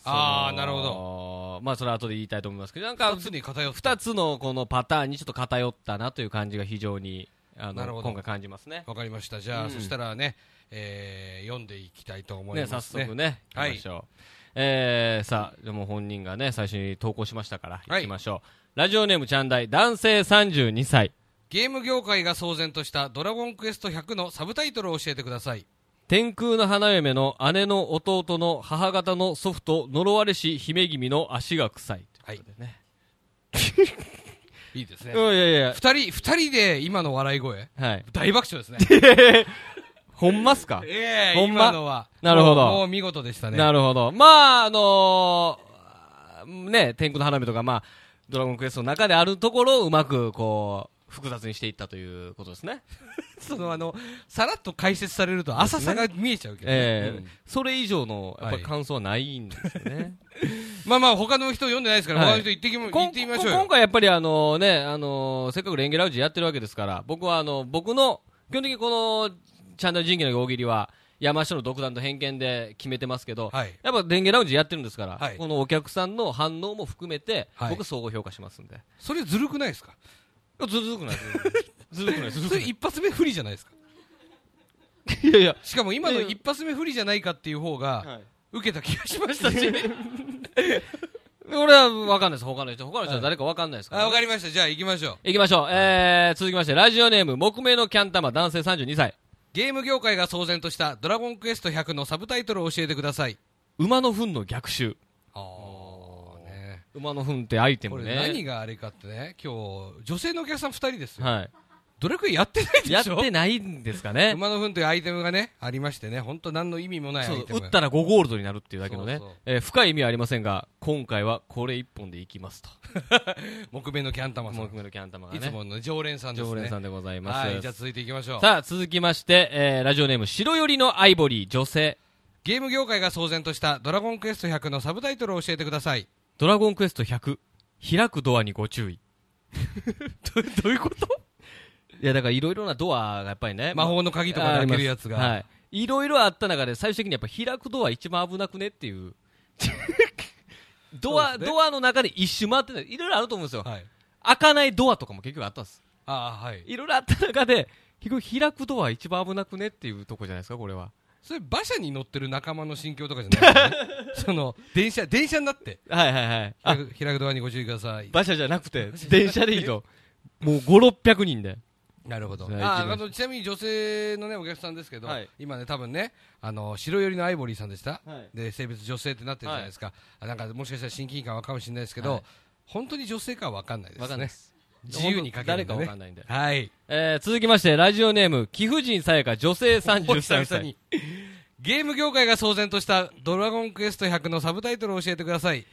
S1: あー
S2: その
S1: なるほ
S2: まあ、それは後で言いたいと思いますけど、なんか、
S1: 2つに偏った
S2: 2つのこのパターンにちょっと偏ったなという感じが非常に、あ
S1: なるほど
S2: の、今回感じますね。
S1: わかりました。じゃあ、
S2: うん
S1: そしたらね、えー読んでいきたいと思い
S2: ね、
S1: ま
S2: 早
S1: すね。
S2: 速ね、
S1: はい
S2: 行きましょう。えー、さあ、でも本人がね、最初に投稿しましたから、
S1: は
S2: 行
S1: い
S2: きましょう。ラジオネームちゃんだい、男性32歳。
S1: ゲーム業界が騒然としたドラゴンクエスト100のサブタイトルを教えてください。
S2: 天空の花嫁の姉の弟の母方の祖父と呪われし姫君の足が臭い。
S1: はい
S2: ということでね。
S1: いいですね。
S2: いやいやいや、
S1: 二人、二人で今の笑い声、
S2: はい。
S1: 大爆笑ですね。
S2: ほんますか
S1: ええ
S2: ほんま
S1: 今のは。
S2: なるほど
S1: もうもう見事でしたね。
S2: なるほど。まあ、あのーね、天空の花火とか、まあ、ドラゴンクエストの中であるところをうまく、こう、複雑にしていったということですね。
S1: そのあの、さらっと解説されると浅さが見えちゃうけどね、
S2: ええ
S1: うん
S2: それ以上の、やっ
S1: は
S2: ぱ
S1: い
S2: り感想はないんですよね。
S1: まあまあ、他の人読んでないですから、
S2: はい
S1: 他の人行ってきも、
S2: こん
S1: 行ってみましょうよ。
S2: 今回やっぱりあのね、あのーせっかくレンゲラウジやってるわけですから、僕はあの、僕の、基本的にこの、チャンネル人気の大喜利は、山下の独断と偏見で決めてますけど、
S1: はい
S2: やっぱレンゲラウンジやってるんですから、
S1: はい
S2: このお客さんの反応も含めて、
S1: はい
S2: 僕総合評価しますんで。
S1: それずるくないですか
S2: ずるくない ずるくないずる
S1: そ
S2: くな
S1: れ
S2: い
S1: 一発目不利じゃないですか
S2: いやいや、
S1: しかも今の一発目不利じゃないかっていう方が、受けた気がしま したし。
S2: 俺は分かんないです、他の人。他の人は誰か分かんないですから、
S1: あ、わかりました。じゃあ行きましょう。
S2: 行きましょう。えー、続きまして、ラジオネーム、木目のキャン玉、男性32歳。
S1: ゲーム業界が騒然としたドラゴンクエスト100のサブタイトルを教えてください。
S2: 馬の糞の逆襲。
S1: あーね。
S2: 馬の糞ってアイテ
S1: こ
S2: ム
S1: れ
S2: ね。
S1: 何があれかってね、今日、女性のお客さん2人ですよ。
S2: は
S1: どれくらいやってないで
S2: い。
S1: しょ
S2: やってないんですかね。
S1: 馬の糞というアイテムがね、ありましてね、本当何の意味もないア
S2: そう
S1: イテム
S2: 打ったら5ゴールドになるっていうだけのね
S1: そうそう
S2: えー深い意味はありませんが今回はこれ1本でいきますと
S1: 木目のキャン玉さん。
S2: 木目のキャン玉がね
S1: いつもの常連さんですね。
S2: 常連さんでございます、
S1: はい、じゃあ続いていきましょう。
S2: さあ続きまして、えーラジオネーム白寄りのアイボリー女性
S1: ゲーム業界が騒然としたドラゴンクエスト100のサブタイトルを教えてください。
S2: ドラゴンクエスト100開くドアにご 注意どどういうこといやだからいろいろなドアがやっぱりね
S1: 魔法の鍵とかで開けるやつが。
S2: はいいろいろあった中で最終的にやっぱ開くドア一番危なくねっていう ドア、
S1: そうですね
S2: ドアの中で一周回ってないいろいろあると思うんですよ、
S1: はい。
S2: 開かないドアとかも結局あったんです
S1: ああ、はい。
S2: いろいろあった中で結局開くドア一番危なくねっていうとこじゃないですかこれは
S1: それ馬車に乗ってる仲間の心境とかじゃ ないよねその電車電車になって
S2: はいはいはいあ
S1: 開く開くドアにご注意ください
S2: 馬車じゃなくて電車でいいともう5600人で
S1: なるほど
S2: じゃあ
S1: あ
S2: 行きま
S1: あ
S2: しょ
S1: のちなみに女性のねお客さんですけど、
S2: はい
S1: 今ね多分ねあの白寄りのアイボリーさんでした、
S2: はい
S1: で性別女性ってなってるじゃないですか、あなんかもしかしたら親近感はかもしれないですけど、
S2: はい
S1: 本当に女性かは分かんないですね
S2: わかんないです
S1: 自由にかける
S2: 誰
S1: ん
S2: か
S1: で、ね、
S2: わかんないんで、
S1: はい
S2: えー続きましてラジオネーム貴婦人さやか女性33
S1: 久々
S2: 歳
S1: にゲーム業界が騒然とした「ドラゴンクエスト100」のサブタイトルを教えてください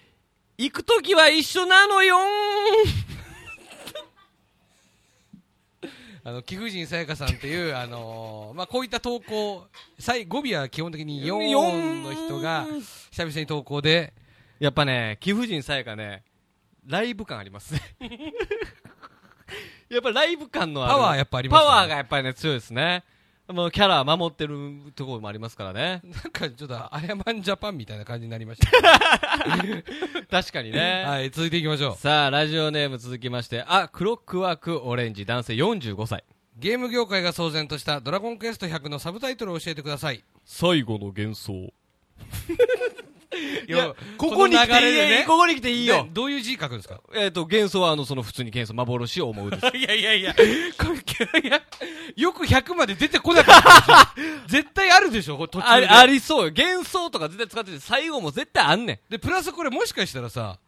S2: 行く時は一緒なのよーん
S1: あの貴婦人さやかさんっていう、あのーまあ、こういった投稿、最語尾は基本的に4の人が久々に投稿で、
S2: やっぱね貴婦人さやかねライブ感ありますね やっぱライブ感のある
S1: パワーやっぱありますよね
S2: パワーがやっぱりね強いですねもうキャラ守ってるところもありますからね
S1: なんかちょっと、アヤマンジャパンみたいな感じになりま した、
S2: 確かにね、
S1: はい、続いていきましょう、
S2: さあラジオネーム続きましてあクロックワークオレンジ男性45歳
S1: ゲーム業界が騒然とした「ドラゴンクエスト100」のサブタイトルを教えてください。
S2: 最後の幻想
S1: い
S2: い
S1: や
S2: や、
S1: こ
S2: こ
S1: こ
S2: こ
S1: に来
S2: に来
S1: て
S2: て
S1: い
S2: い
S1: い
S2: い、
S1: ね
S2: ここに来ていいよ
S1: ね。どういう字書くんですか
S2: えっ、と、幻想は、あの、その、普通に幻想、幻を思うです。
S1: いやいやいや、これいやよく100まで出てこなかった でしょ絶対あるでしょ、これ途
S2: あ
S1: 中
S2: り
S1: で。
S2: ありそうよ。幻想とか絶対使ってて、最後も絶対あんね
S1: で、プラスこれもしかしたらさ、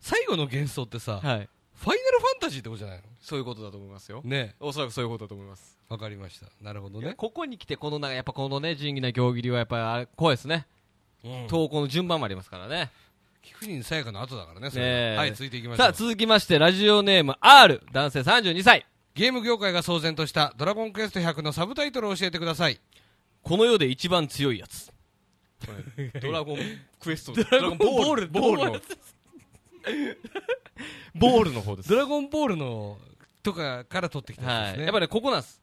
S1: 最後の幻想ってさ、
S2: ん。はい。
S1: ファイナルファンタジーってことじゃない
S2: そういうことだと思いますよ
S1: の。ね
S2: おそらくそういうことだと思います。
S1: わかりました。なるほどね。
S2: ここに来て、このなんか、やっぱこのね、仁義な行儀流はやっぱりあれ怖いですね。
S1: と、
S2: 投稿の順番もありますからね。
S1: 菊人さやかの後だからね、そ
S2: ね
S1: れ
S2: え
S1: は。はい、続いていきましょ
S2: さあ、
S1: う。
S2: 続きまして、ラジオネーム R、男性32歳。
S1: ゲーム業界が騒然としたドラゴンクエスト100のサブタイトルを教えてください。
S2: この世で一番強いやつ。ド ラゴンクエスト、ドラゴンボール、ボールの。ボールの方です。
S1: ドラゴンボールの、とかから取ってきたん
S2: は
S1: です
S2: い。
S1: ね。
S2: やっぱりね、ここなんです。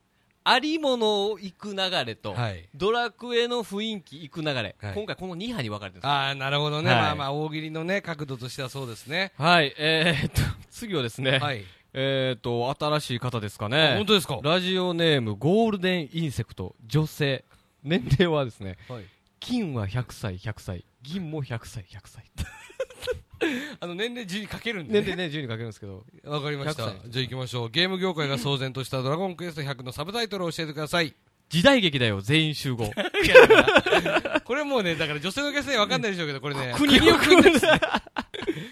S2: ありものを行く流れと、
S1: はい
S2: ドラクエの雰囲気行く流れ、
S1: はい
S2: 今回この2波に分かれてるんですよ
S1: ああ、なるほどね。
S2: はい
S1: まあまあ、大喜利のね、角度としてはそうですね。
S2: はい、えー、っと、次はですね、
S1: はい。
S2: えー、っと、新しい方ですかね。
S1: 本当ですか
S2: ラジオネーム、ゴールデンインセクト、女性。年齢はですね、
S1: はい。
S2: 金は100歳、100歳、銀も100歳、100歳。
S1: あの、年齢字に書けるんで
S2: 年
S1: ね。
S2: 齢ね、10にかけるんですけど、
S1: わかりました。
S2: 100歳
S1: じゃあ行きましょう。ゲーム業界が騒然としたドラゴンクエスト100のサブタイトルを教えてください。
S2: 時代劇だよ、全員集 合。
S1: これもうね、だから女性のゲストにわかんないでしょうけど、これね、
S2: 国を
S1: くん
S2: 組
S1: で
S2: ん
S1: す
S2: だ。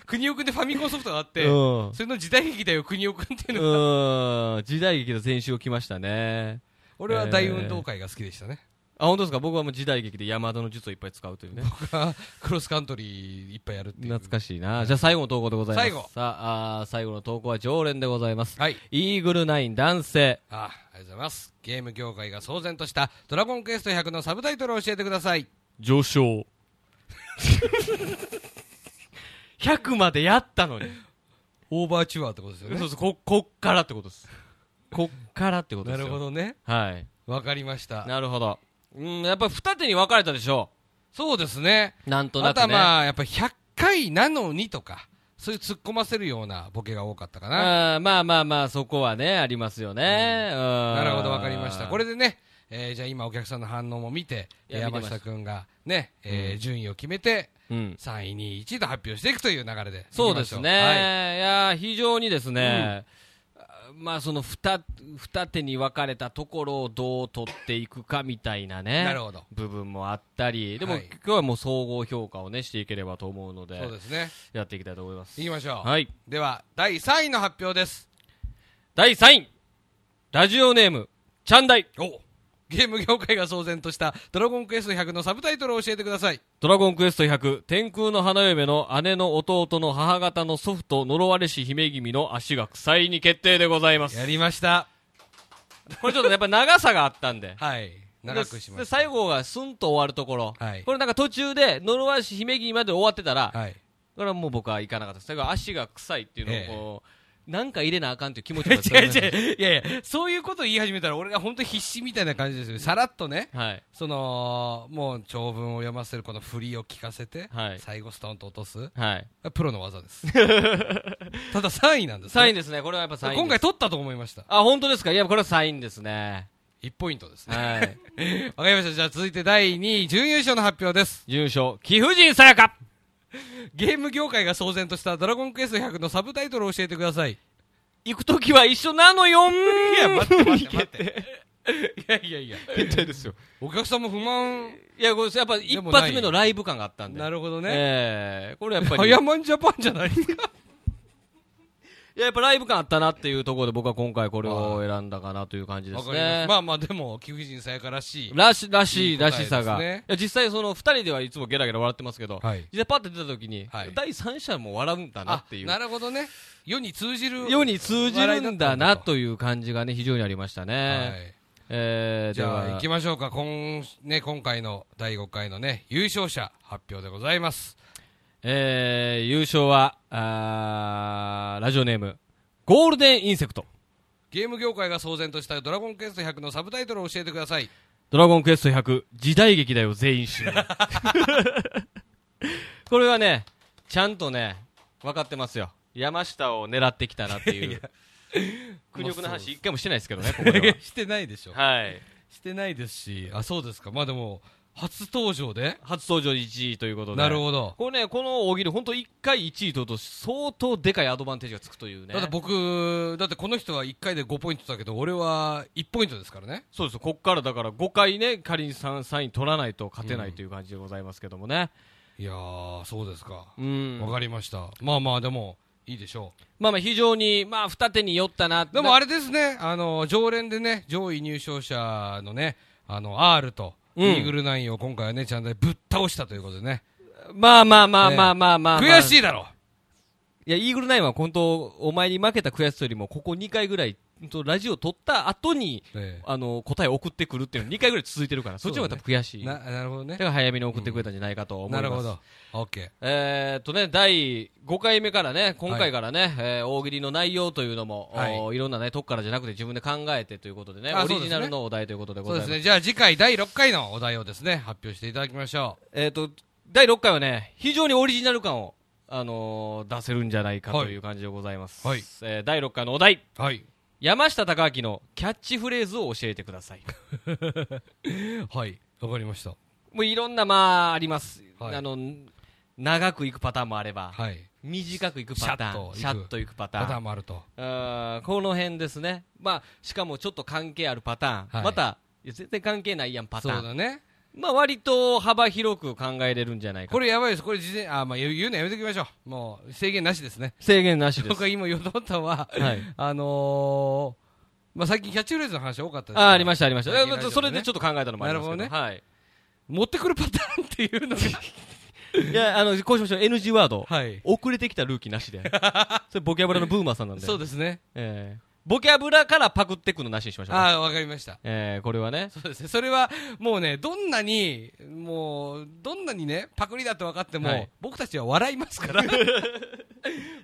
S1: 国尾くんでファミコンソフトがあって、
S2: うん
S1: それの時代劇だよ、国尾くんっていうの。
S2: うん、時代劇の全集を来ましたね。
S1: 俺は大運動会が好きでしたね。
S2: あ、本当ですか僕はもう時代劇で山田の術をいっぱい使うと いうね。
S1: クロスカントリーいっぱいやるっていう。
S2: 懐かしいな。じゃあ最後の投稿でございます。
S1: 最後
S2: さあ、あー最後の投稿は常連でございます。
S1: はい。
S2: イーグルナイン男性。
S1: あありがとうございます。ゲーム業界が騒然としたドラゴンクエスト100のサブタイトルを教えてください。
S2: 上昇。100までやったのに。
S1: オーバーチュアーってことですよね。
S2: そうそう、こ、こっからってことです。こっからってことで
S1: な
S2: すよ。
S1: るほ。どね。
S2: はい。
S1: わかりました。
S2: なるほど。うん、やっぱ二手に分かれたでしょ
S1: そうですね。
S2: う。なんと
S1: あ
S2: なく
S1: と
S2: ね。
S1: はまあ、やっぱ100回なのにとか、そういう突っ込ませるようなボケが多かったかな。
S2: あーまあまあまあ、そこはね、ありますよね。
S1: な
S2: な
S1: るほど、わかりました。これでね、えーじゃあ今お客さんの反応も見て、
S2: いや見て
S1: 山
S2: ました
S1: 下くんがね、えー順位を決めて、
S2: うん。
S1: 3位、2位、1位と発表していくという流れで。
S2: そうですね。
S1: はい
S2: い、やー、非常にですね、まあその二二手に分かれたところをどう取っていくかみたいなね。
S1: なるほど
S2: 部分もあったり、でも、
S1: はい
S2: 今日はもう総合評価をね、していければと思うので、
S1: そうですね。
S2: やっていきたいと思います。
S1: いきましょう。
S2: はい。
S1: では、第3位の発表です。
S2: 第3位、ラジオネーム、チャンダイ、
S1: おゲーム業界が騒然としたドラゴンクエスト100のサブタイトルを教えてください。
S2: ドラゴンクエスト100、天空の花嫁の姉の弟の母方の祖父と呪われし姫君の足が臭いに決定でございます。
S1: やりました。
S2: これちょっとやっぱ長さがあったんで。
S1: はい。長くし
S2: で
S1: ま
S2: で
S1: した。
S2: 最後がスンと終わるところ、
S1: はい
S2: これなんか途中で呪わし姫君まで終わってたら、
S1: はい。
S2: これはもう僕は行かなかったですだから足が臭いっていう
S1: ええ
S2: のをこう、なんか入れなあかんという気持ちも
S1: 違う
S2: う
S1: 違う。いやいや、そういうこと言い始めたら俺が本当に必死みたいな感じですよ。さらっとね。
S2: はい
S1: そのもう長文を読ませるこの振りを聞かせて、
S2: はい
S1: 最後ストンと落とす
S2: はい
S1: プロの技です ただ3位なんです、
S2: サイン
S1: で
S2: ですねこれはやっぱサイン
S1: 今回取ったと思いました
S2: あ本当ですかいやこれはサインですね
S1: 1ポイントですね
S2: はい
S1: わかりましたじゃあ続いて第2位準優勝の発表です
S2: 優勝貴婦人さやか
S1: ゲーム業界が騒然とした「ドラゴンクエスト100」のサブタイトルを教えてください
S2: 行く時は一緒なのよん
S1: いや待って待って待っていやいやいや
S2: 決定ですよ
S1: お客さんも不満
S2: いやこれやっぱ一発目のライブ感があったんで
S1: なるほどね
S2: ええこれやっぱり
S1: 早まんジャパンじゃないですか
S2: いや、やっぱライブ感あったなっていうところで僕は今回これを選んだかなという感じで
S1: わ
S2: す
S1: かりま
S2: ね
S1: す。まあまあでも貴婦人さやからしい
S2: らし、らし
S1: いい
S2: い、
S1: 答え
S2: ら
S1: ですね
S2: しさが。いや、実際その二人ではいつもゲラゲラ笑ってますけど、
S1: はい
S2: 実際パッと出た時に、
S1: はい
S2: 第三者も笑うんだなってい
S1: あな
S2: う。
S1: るほどね世に通じる
S2: 世に通じるんだなという感じがね、非常にありましたね。
S1: はい
S2: えー、
S1: じゃあ行き
S2: ま
S1: ましょうか今,、ね、今回の第5回のね優勝者発表でございます
S2: えー、優勝は、あーラジオネーム、ゴールデンインセクト。
S1: ゲーム業界が騒然とした「ドラゴンクエスト100」のサブタイトルを教えてください
S2: ドラゴンクエスト100、時代劇だよ、全 員集合。これはね、ちゃんとね、分かってますよ。山下を狙ってきたなっていう。苦力の話、 一回もしてないですけどね、ここで
S1: してないでしょ
S2: は。はい。
S1: してないですしあそうですかまあでも初登場で
S2: 初登場1位ということで。
S1: なるほど。
S2: これね、この大喜利、本当1回1位取ると、相当でかいアドバンテージがつくというね。
S1: だって僕、だってこの人は1回で5ポイントだけど、俺は1ポイントですからね。
S2: そうですよこっからだから5回ね、仮に 3, 3位取らないと勝てないという感じでございますけどもね。
S1: いやー、そうですか。
S2: うん。
S1: わかりました。まあまあ、でも、いいでしょ
S2: まあまあ、非常に、まあ、二手に酔ったな。
S1: う。でもあ
S2: れ、
S1: れですね、あの、常連でね、上位入賞者のね、あの、R と、
S2: うん
S1: イーグルナインを今回はね、ちゃんとぶっ倒したということでね。
S2: まあまあまあまあまあまあ、まあ
S1: 悔し
S2: い
S1: いだろ
S2: や、イーグルナインは本当、お前に負けた悔しさよりも、ここ2回ぐらい、本当ラジオ撮った後に、
S1: ええ
S2: あの、答え送ってくるっていうの2回ぐらい続いてるから、そっちの方が多分悔しい。
S1: な、
S2: だ
S1: なるほどね
S2: か。ら早めに送ってくれたんじゃないかと思いま
S1: な
S2: す。
S1: るほど。オッケー。
S2: えー、っとね、第5回目からね、今回からね、えー大喜利の内容というのも、
S1: はい
S2: おいろんなね、とこからじゃなくて自分で考えてということでね、
S1: あ
S2: オリジナ
S1: そうです
S2: ル
S1: ね
S2: のお題ということでご
S1: そう
S2: ざ
S1: で
S2: いますす。
S1: ね。じゃあ次回第6回のお題をですね、発表していただきましょう。
S2: えー、と第6回はね、非常にオリジナル感を、あのー出せるんじゃないか
S1: はい
S2: という感じでございます、
S1: はい
S2: えー第6回のお題、
S1: はい。
S2: 山下隆明のキャッチフレーズを教えてください。
S1: はい。わかりました。
S2: もういろんな、まあ、あります、
S1: はい
S2: あの、長くいくパターンもあれば、
S1: はい。
S2: 短くいくパターン、
S1: シ
S2: シ
S1: ャ
S2: ャ
S1: ッ
S2: ッ
S1: と
S2: といくパタ
S1: パタ
S2: ー
S1: ー
S2: ン
S1: ンもあると。
S2: あーこの辺ですね、まあ、しかもちょっと関係あるパターン、
S1: はい
S2: また、いや全然関係ないやん、パ
S1: そ
S2: タ
S1: う
S2: ーン、
S1: だね。
S2: まあ割と幅広く考えれるんじゃないか
S1: ことれやばいです。これ事前、あ、まあ言う言うのやめておきましょう。もう制限なしですね。
S2: 制限なしです
S1: 僕。が今言おうと思ったのは、
S2: はい
S1: あのー、まあ最近キャッチフレーズの話多かったです
S2: あありましたありました、
S1: 最近ラジオね
S2: それでちょっと考えたのもありますけど
S1: なるほ
S2: はい
S1: 持ってくるパターンっていうのが。
S2: いやあのこうしましょう NG ワード、
S1: はい
S2: 遅れてきたルーキーなし でそれボキャブラのブーマーさんなんで
S1: そうですね。
S2: ええボキャブラからパクってくのなしにしましょう
S1: ああ、わかりました。
S2: ええこれはね
S1: そうですね。それは、もうね、どんなに、もう、どんなにね、パクリだと分かっても、
S2: はい
S1: 僕たちは笑いますから。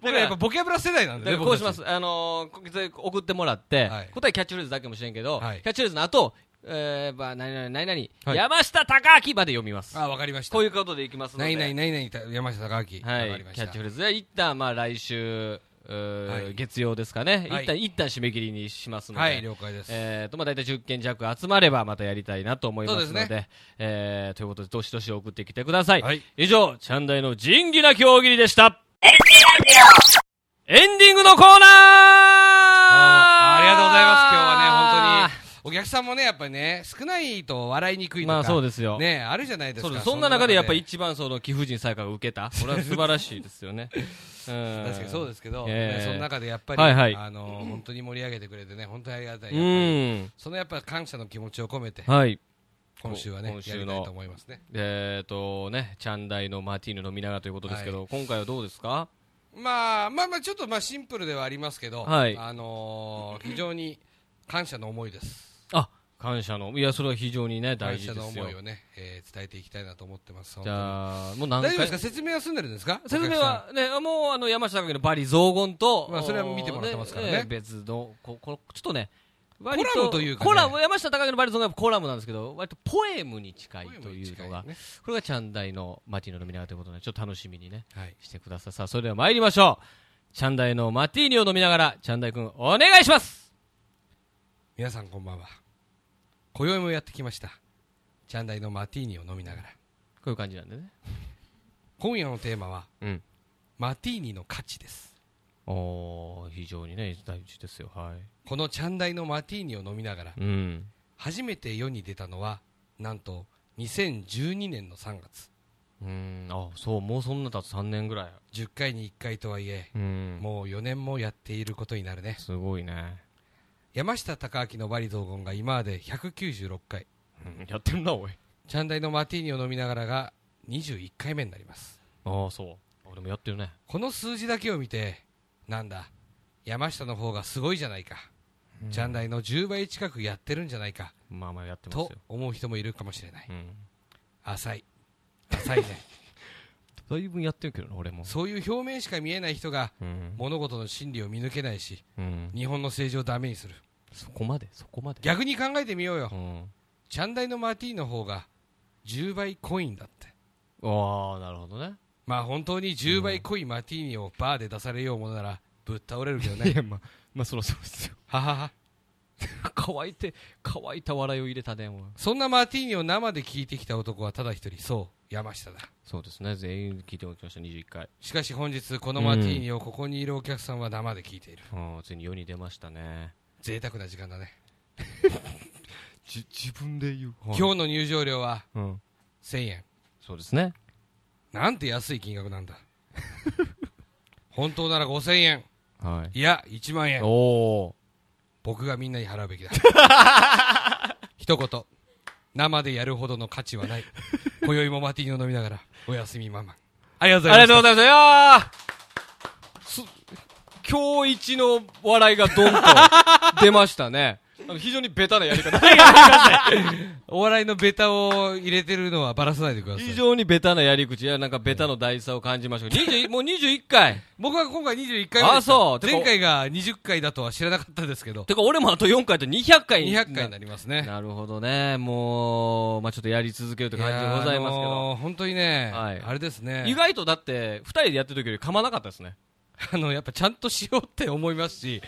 S1: 僕らやっぱボキャブラ世代なん
S2: だ
S1: で
S2: か
S1: ね。
S2: らこうし
S1: 僕
S2: ま
S1: たち
S2: す、あのーここ送ってもらって、
S1: はい
S2: 答えキャッチフレーズだけかもしれんけど、
S1: はい
S2: キャッチフレーズの後、えー、まあ何々何々、
S1: はい
S2: 山下隆明まで読みます
S1: ああ、わかりました。
S2: こういうことでいきますので
S1: ないないないない、山下隆明。
S2: は
S1: わかり
S2: い
S1: ま、し
S2: キ
S1: た
S2: ャッチフレーズは一旦まあ来週、うー
S1: はい
S2: 月曜ですかね、
S1: はい
S2: 一旦一旦締め切りにしますので、
S1: はい、了解です。
S2: えーとまあ、大体10件弱集まればまたやりたいなと思いますの
S1: そうで
S2: ですえーということで、どしどし送ってきてください。
S1: はい
S2: 以上、チャンダイの仁義な競技でした。エンディングのコーナー
S1: あーありがとうございます。今日はね、
S2: ね、
S1: 本当に。お客さんもね、やっぱりね、少ないと笑いにくいとか。
S2: まあそうですよ
S1: ね、あるじゃないです
S2: そうで
S1: か。
S2: すそんな中でやっぱ
S1: り
S2: 一番その貴婦人才華が受けた、これは素晴らしいですよね。確
S1: 確かにそうですけど、
S2: ええ
S1: ねその中でやっぱり、
S2: はいはい
S1: あの本当に盛り上げてくれてね、本当にありがたい。やっぱ
S2: う
S1: り
S2: ん。
S1: そのやっぱ感謝の気持ちを込めて、
S2: はい。
S1: 今週はね、
S2: 今
S1: や
S2: 週
S1: り
S2: の
S1: たいと思いますね。
S2: えーとね、チャンダイのマーティーヌ飲みながらということですけど、今回はどうですか
S1: まあまあまあ、ちょっとまあシンプルではありますけど、
S2: はい
S1: あのー非常に感謝の思いです。
S2: あ感謝の、いや、それは非常にね、
S1: 感
S2: 大事
S1: 謝
S2: で
S1: の
S2: す
S1: 思
S2: よ。
S1: いをね、えー伝えていきたいなと思ってます。
S2: じゃあ、も
S1: 本当
S2: う何
S1: に
S2: 回
S1: 大丈夫ですか説明は済んでるんですか
S2: 説明はね、もうあの山下君のバリ雑言と、
S1: まあそれは見てもらってますからね
S2: えー別の、ここちょっとね、コ
S1: ラムというかね
S2: コラム、山下隆明のバリ雑言はコラムなんですけど、割とポエムに近い
S1: ポエムに
S2: という
S1: 近い
S2: のが、
S1: ね
S2: これがチャンダイのマーティーヌ飲みながらということで、ちょっと楽しみにね、
S1: お客さんはい、
S2: してください。さあ、それでは参りましょう。チャンダイのマティーニを飲みながら、チャンダイ君、お願いします
S1: 皆さんこんばんは今宵もやってきましたチャンダイのマティーニを飲みながら
S2: こういう感じなんでね。
S1: 今夜のテーマは
S2: うん。
S1: マティーニの価値です
S2: おー、非常にね、大事ですよ。は
S1: このチャンダイのマティーニを飲みながら
S2: い。うん。
S1: 初めて世に出たのはなんと2012年の3月
S2: うん。あ、そう、もうそんな経つ3年ぐらい。
S1: 10回に1回とはいえ
S2: うん。
S1: もう4年もやっていることになるね
S2: すごいね。
S1: 山下隆明のバリ雑言が今まで196回
S2: うん、やってんな、おい。
S1: チャンダイのマティーニを飲みながらが21回目になります
S2: あー、そう。俺もやってるね。
S1: この数字だけを見て、なんだ、山下の方がすごいじゃないか、ジャンダイの10倍近くやってるんじゃないか
S2: まあまあやってますよ
S1: と。思う人もいるかもしれない、
S2: うん。
S1: 浅い、浅いね、
S2: だいぶやってるけどな、俺も。
S1: そういう表面しか見えない人が
S2: うん。
S1: 物事の真理を見抜けないし、
S2: うん。
S1: 日本の政治をダメにする、
S2: そこまで、そこまで。
S1: 逆に考えてみようよ
S2: う、ん。
S1: チャンダイのマーティーンの方が10倍コインだって。
S2: あー、なるほどね。
S1: まあ本当に10倍濃いマーティーニをバーで出されようものならぶっ倒れるけど
S2: い
S1: ね。
S2: や、まあ、まあ、そろそろですよ。
S1: ははは。
S2: か 乾いて乾いた笑いを入れたねもう
S1: そんなマーティーニを生で聞いてきた男はただ一人そう山下だ
S2: そうですね全員聞いておきました21回
S1: しかし本日このマーティーニをここにいるお客さんは生で聞いている
S2: うんついに世に出ましたね
S1: 贅沢な時間だね
S2: じ自分で言う、
S1: 今日の入場料は
S2: うん、
S1: 1000円
S2: そうですね
S1: なんて安い金額なんだ本当なら5000円
S2: はい
S1: いや1万円
S2: おお
S1: 僕がみんなに払うべき だ一言生でやるほどの価値はない今宵もマティーニを飲みながらおやすみママありがとうご
S2: あ
S1: ざ
S2: り
S1: い
S2: が
S1: ま
S2: とう
S1: す
S2: ございますいやーす今日一の笑いがドンと出ました ねあの非常にベタなやり方
S1: お笑いのベタを入れてるのはバラさないでください
S2: 非常にベタなやり口いやなんかベタの大差を感じましたけど20もう21回
S1: 僕は今回21回目で
S2: あ
S1: す
S2: そうてか
S1: 前回が20回だとは知らなかったですけど
S2: てか俺もあと4回で200回
S1: 200回になりますね
S2: なるほどねもう、まあ、ちょっとやり続けるって感じでございますけ
S1: いやーあ
S2: ど、
S1: のー本当にね、
S2: はい
S1: あれですね
S2: 意外とだって2人でやってる時より噛まなかったですね
S1: あのやっぱちゃんとしようって思いますし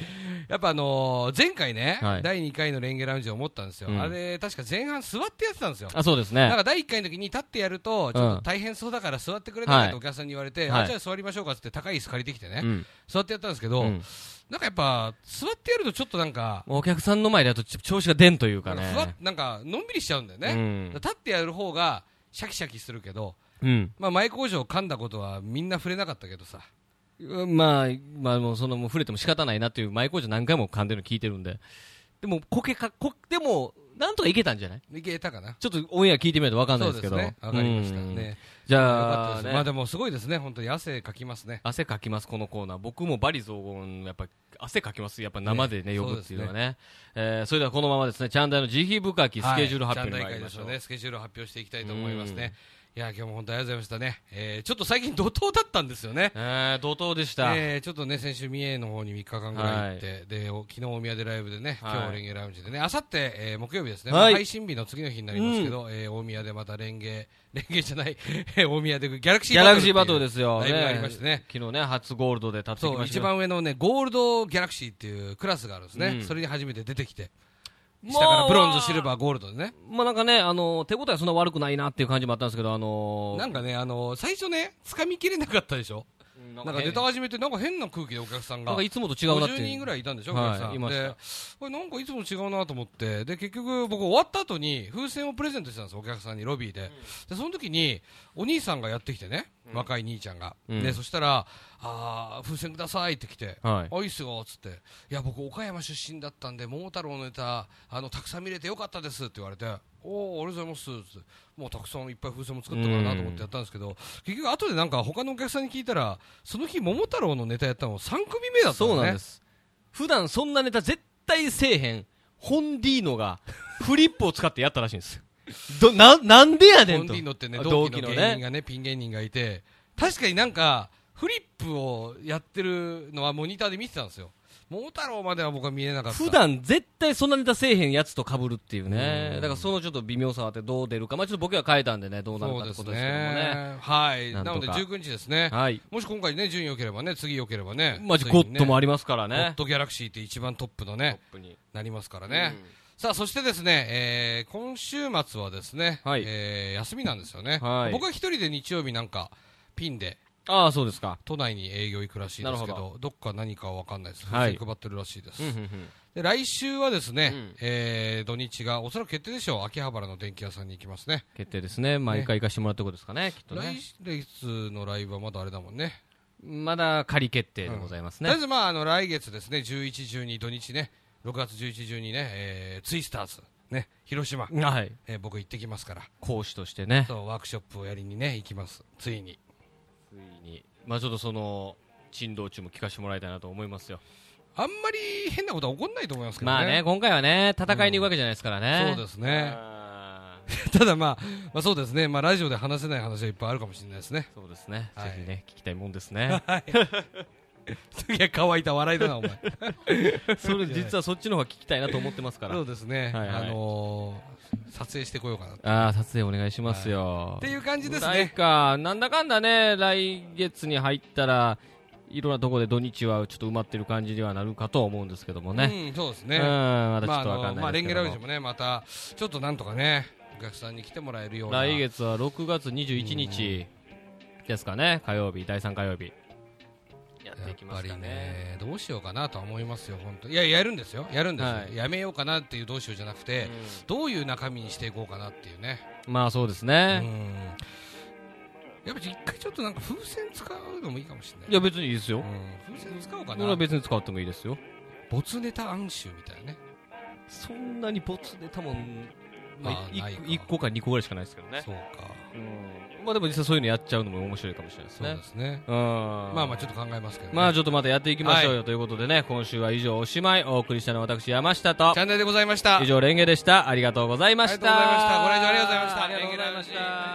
S1: やっぱあのー前回ね、
S2: はい
S1: 第2回のレンゲラウンジで思ったんですよ、
S2: うん
S1: あれ確か前半座ってやってたんですよ
S2: あそうです
S1: なん
S2: ね
S1: か第1回の時に立ってやると、ちょっと大変そうだから座ってくれないかとお客さんに言われて、
S2: はい
S1: あじゃあ座りましょうかっつって高い椅子借りてきてね、
S2: うん
S1: 座ってやったんですけど、
S2: うん
S1: なんかやっぱ、座ってやるとちょっとなんか、
S2: お客さんの前だとちょ調子が出んという
S1: な
S2: か
S1: んか
S2: ね
S1: ふわっなんかのんびりしちゃうんだよね、
S2: うん
S1: 立ってやる方がシャキシャキするけど、
S2: うん
S1: まあ、前工場噛んだことはみんな触れなかったけどさ、
S2: うんまあ、まあ、もうそのもう触れても仕方ないなっていう前工場何回も噛んでるの聞いてるんででもこけかこでもなんとかいけたんじゃない
S1: いけたかな。
S2: ちょっとオンエア聞いてみないと分かんないですけど
S1: そうですね。わかりました
S2: うん
S1: ね。
S2: じ
S1: よかった
S2: ゃあ、
S1: で
S2: ね
S1: す。まあでもすごいですね。本当に汗かきますね。
S2: 汗かきます、このコーナー。僕もバリ雑言、やっぱ、汗かきます。やっぱ生でね、
S1: ね
S2: 呼ぶっていうのはね。えーそれではこのままですね、チャンダイの慈悲深きスケジュール発表に
S1: はいちゃんと大会
S2: 参り
S1: で
S2: ますしょ
S1: よ
S2: う。
S1: ね。スケジュール発表していきたいと思いますね。いや、今日も本当にありがとうございましたね。えーちょっと最近怒涛だったんですよね。
S2: えー、怒涛でした。
S1: えーちょっとね、先週、三重の方に3日間ぐらい行って、でお昨日お宮でライブでね、
S2: はい
S1: 今日レンゲラウンジでね、あさって、えー木曜日ですね、
S2: はい
S1: まあ配信日の次の日になりますけど、えー大宮でまたレンゲ、 レンゲじゃない、えー大宮でギャラクシ
S2: ギ
S1: ー
S2: ャラクシーバ
S1: ト
S2: トル
S1: ルって
S2: です
S1: いう
S2: よ。
S1: ライブがありましてね。
S2: 昨日ね、初ゴールドで立ってき
S1: そう
S2: ましたけ
S1: 一
S2: ど。
S1: 番上のねゴールドギャラクシーっていうクラスがあるんですね、
S2: うん
S1: それに初めて出てきて、
S2: もう
S1: 下からブロンズ、シルバー、ゴールドでね、
S2: まあなんかね、あの、手応えはそんな悪くないなっていう感じもあったんですけど、あのー、
S1: なんかね、あの最初ね、掴みきれなかったでしょ、
S2: うん
S1: なんかネタ
S2: 変
S1: 始めて、なんか変な空気でお客さん
S2: な
S1: が
S2: んか、いつもと違うなっていう。
S1: 50人ぐらいいたんでしょ、
S2: はい
S1: お客さん
S2: いました
S1: でこれ、なんかいつも違うなと思って、で結局、僕、終わった後に風船をプレゼントしたんですよ、お客さんにロビーで、でその時にお兄さんがやってきてね、若い兄ちゃんが、
S2: うん
S1: でそしたら、あー風船くださいって来て、
S2: はい
S1: あいいっすよっつって、いや、僕、岡山出身だったんで、桃太郎のネタ、あのたくさん見れてよかったですって言われて、おお、ありがとうございますっつって、もうたくさんいっぱい風船も作ったからなと思ってやったんですけど、結局、後でなんか、他のお客さんに聞いたら、その日、桃太郎のネタやったの、3組目だったのね。
S2: そうなんです普段そんなネタ絶対せえへんホンディーノがフリップを使ってやったらしいんですよどななんでやね
S1: コ
S2: ん
S1: ン
S2: と
S1: ディーノってね、
S2: あ
S1: 同期の
S2: 同
S1: 芸人がね、ピン芸人がいて、確かになんか、フリップをやってるのはモニターで見てたんですよ。桃太郎までは僕は見えなかった。
S2: 普段絶対そんなネタせえへんやつと被るっていうねだからそのちょっと微妙さはあってどう出るかまあちょっと僕は変えたんでねどうなる
S1: そ
S2: か
S1: う
S2: っ
S1: で
S2: て
S1: す
S2: ことですけどもね
S1: ね。はい。
S2: な
S1: なん
S2: と
S1: の
S2: か
S1: で19日ですね。
S2: はい
S1: もし今回ね、順位良ければね、次良ければね。
S2: まあじ
S1: つ
S2: ゃあ
S1: い
S2: ゴ
S1: に
S2: ッ
S1: ね
S2: ドもありますから
S1: ゴッ
S2: ね
S1: ドギャラクシーって一番トップのね、
S2: トップに
S1: なりますからね。さあ、そしてですね、えー今週末はですね、
S2: はい
S1: えー休みなんですよね。
S2: はい
S1: 僕は一人で日曜日なんか、ピンで
S2: ああそうですか
S1: 都内に営業行くらしいですけ
S2: な
S1: ど
S2: る
S1: どっか何かは分かんないです
S2: は
S1: 風
S2: い
S1: 船配ってるらしいです、
S2: うんうん
S1: で来週はですね、
S2: うん
S1: えー土日がおそらく決定でしょう秋葉原の電気屋さんに行きますね
S2: 決定ですね毎回行かしてもらうってことですかねきっと
S1: 来
S2: ね
S1: 来月のライブはまだあれだもんね
S2: まだ仮決定でございます
S1: とりあ
S2: ね
S1: えずまああの来月ですね11、12土日ね6月11、12ね、えーツイスターズね広島、
S2: はい
S1: えー僕行ってきますから
S2: 講師としてね
S1: そうワークショップをやりにね行きますついに
S2: ついに、まあ、ちょっとその珍道中も聞かせてもらいたいなと思いますよ、
S1: あんまり変なことは起こんないと思いますけど
S2: まあね、今回はね、戦いに行くわけじゃないですからね、
S1: そうですね
S2: あー
S1: ただまあ、まあそうですね、まあラジオで話せない話はいっぱいあるかもしれない ですね。
S2: そうですね、
S1: はい
S2: ぜひね、聞きたいもんですね、
S1: いや、乾いた笑いだな、お前。
S2: それ実はそっちの方が聞きたいなと思ってますから、
S1: そうですね、
S2: はいはい
S1: あのー撮影してこようかな。っ
S2: ああ、撮影お願いしますよ、
S1: ていう感じです
S2: なん
S1: ね。
S2: か、なんだかんだね、来月に入ったら、いろんなところで土日はちょっと埋まってる感じにはなるかとは思うんですけどもね、
S1: うん、そうです
S2: うん、
S1: ね。
S2: まだちょ
S1: まあ、
S2: っとわ
S1: あ
S2: か
S1: の
S2: ん
S1: ま
S2: な
S1: あ、
S2: い
S1: レ
S2: で
S1: ン
S2: す
S1: ゲ
S2: け
S1: ラ
S2: ど
S1: ウ
S2: も
S1: ンジもね、また、ちょっとなんとかね、お客さんに来てもらえるような。
S2: 来月は6月21日ですかね、火曜日、第3火曜日、やって
S1: や
S2: い
S1: っ
S2: きま
S1: ぱ
S2: す
S1: り
S2: かね。
S1: ね、どうしようかなとは思いますよ、本当。いや、やるんですよ。やるんですよ。
S2: はい
S1: やめようかなっていうどうしようじゃなくて、どういう中身にしていこうかなっていうね。
S2: まあそうです
S1: うん
S2: ね、。
S1: やっぱ一回ちょっとなんか風船使うのもいいかもしれない
S2: い。や、別にいいですよ、
S1: うん、風船使おうか
S2: それは
S1: な。
S2: 別に使ってもいいですよ、
S1: 没ネタ暗集みたいなね。
S2: そんなにボツで多分、
S1: まあ
S2: まあ、
S1: ないか
S2: 1, 個か2個ぐらいしかないですけどね、
S1: そうか。
S2: まあでも実際そういうのやっちゃうのも面白いかもしれないです
S1: そう
S2: ね
S1: で。すね。
S2: うん
S1: まあまあちょっと考えますけど、ね。
S2: まあちょっとまたやっていきましょうよ、ということでね、今週は以上おしまい、お送りしたのは私、山下と
S1: チ、ャンネルでございました
S2: 以。上、レンゲでした。ありがとうございました。
S1: ありがとうございましたご来場ありがとうございました
S2: ありがとうございました。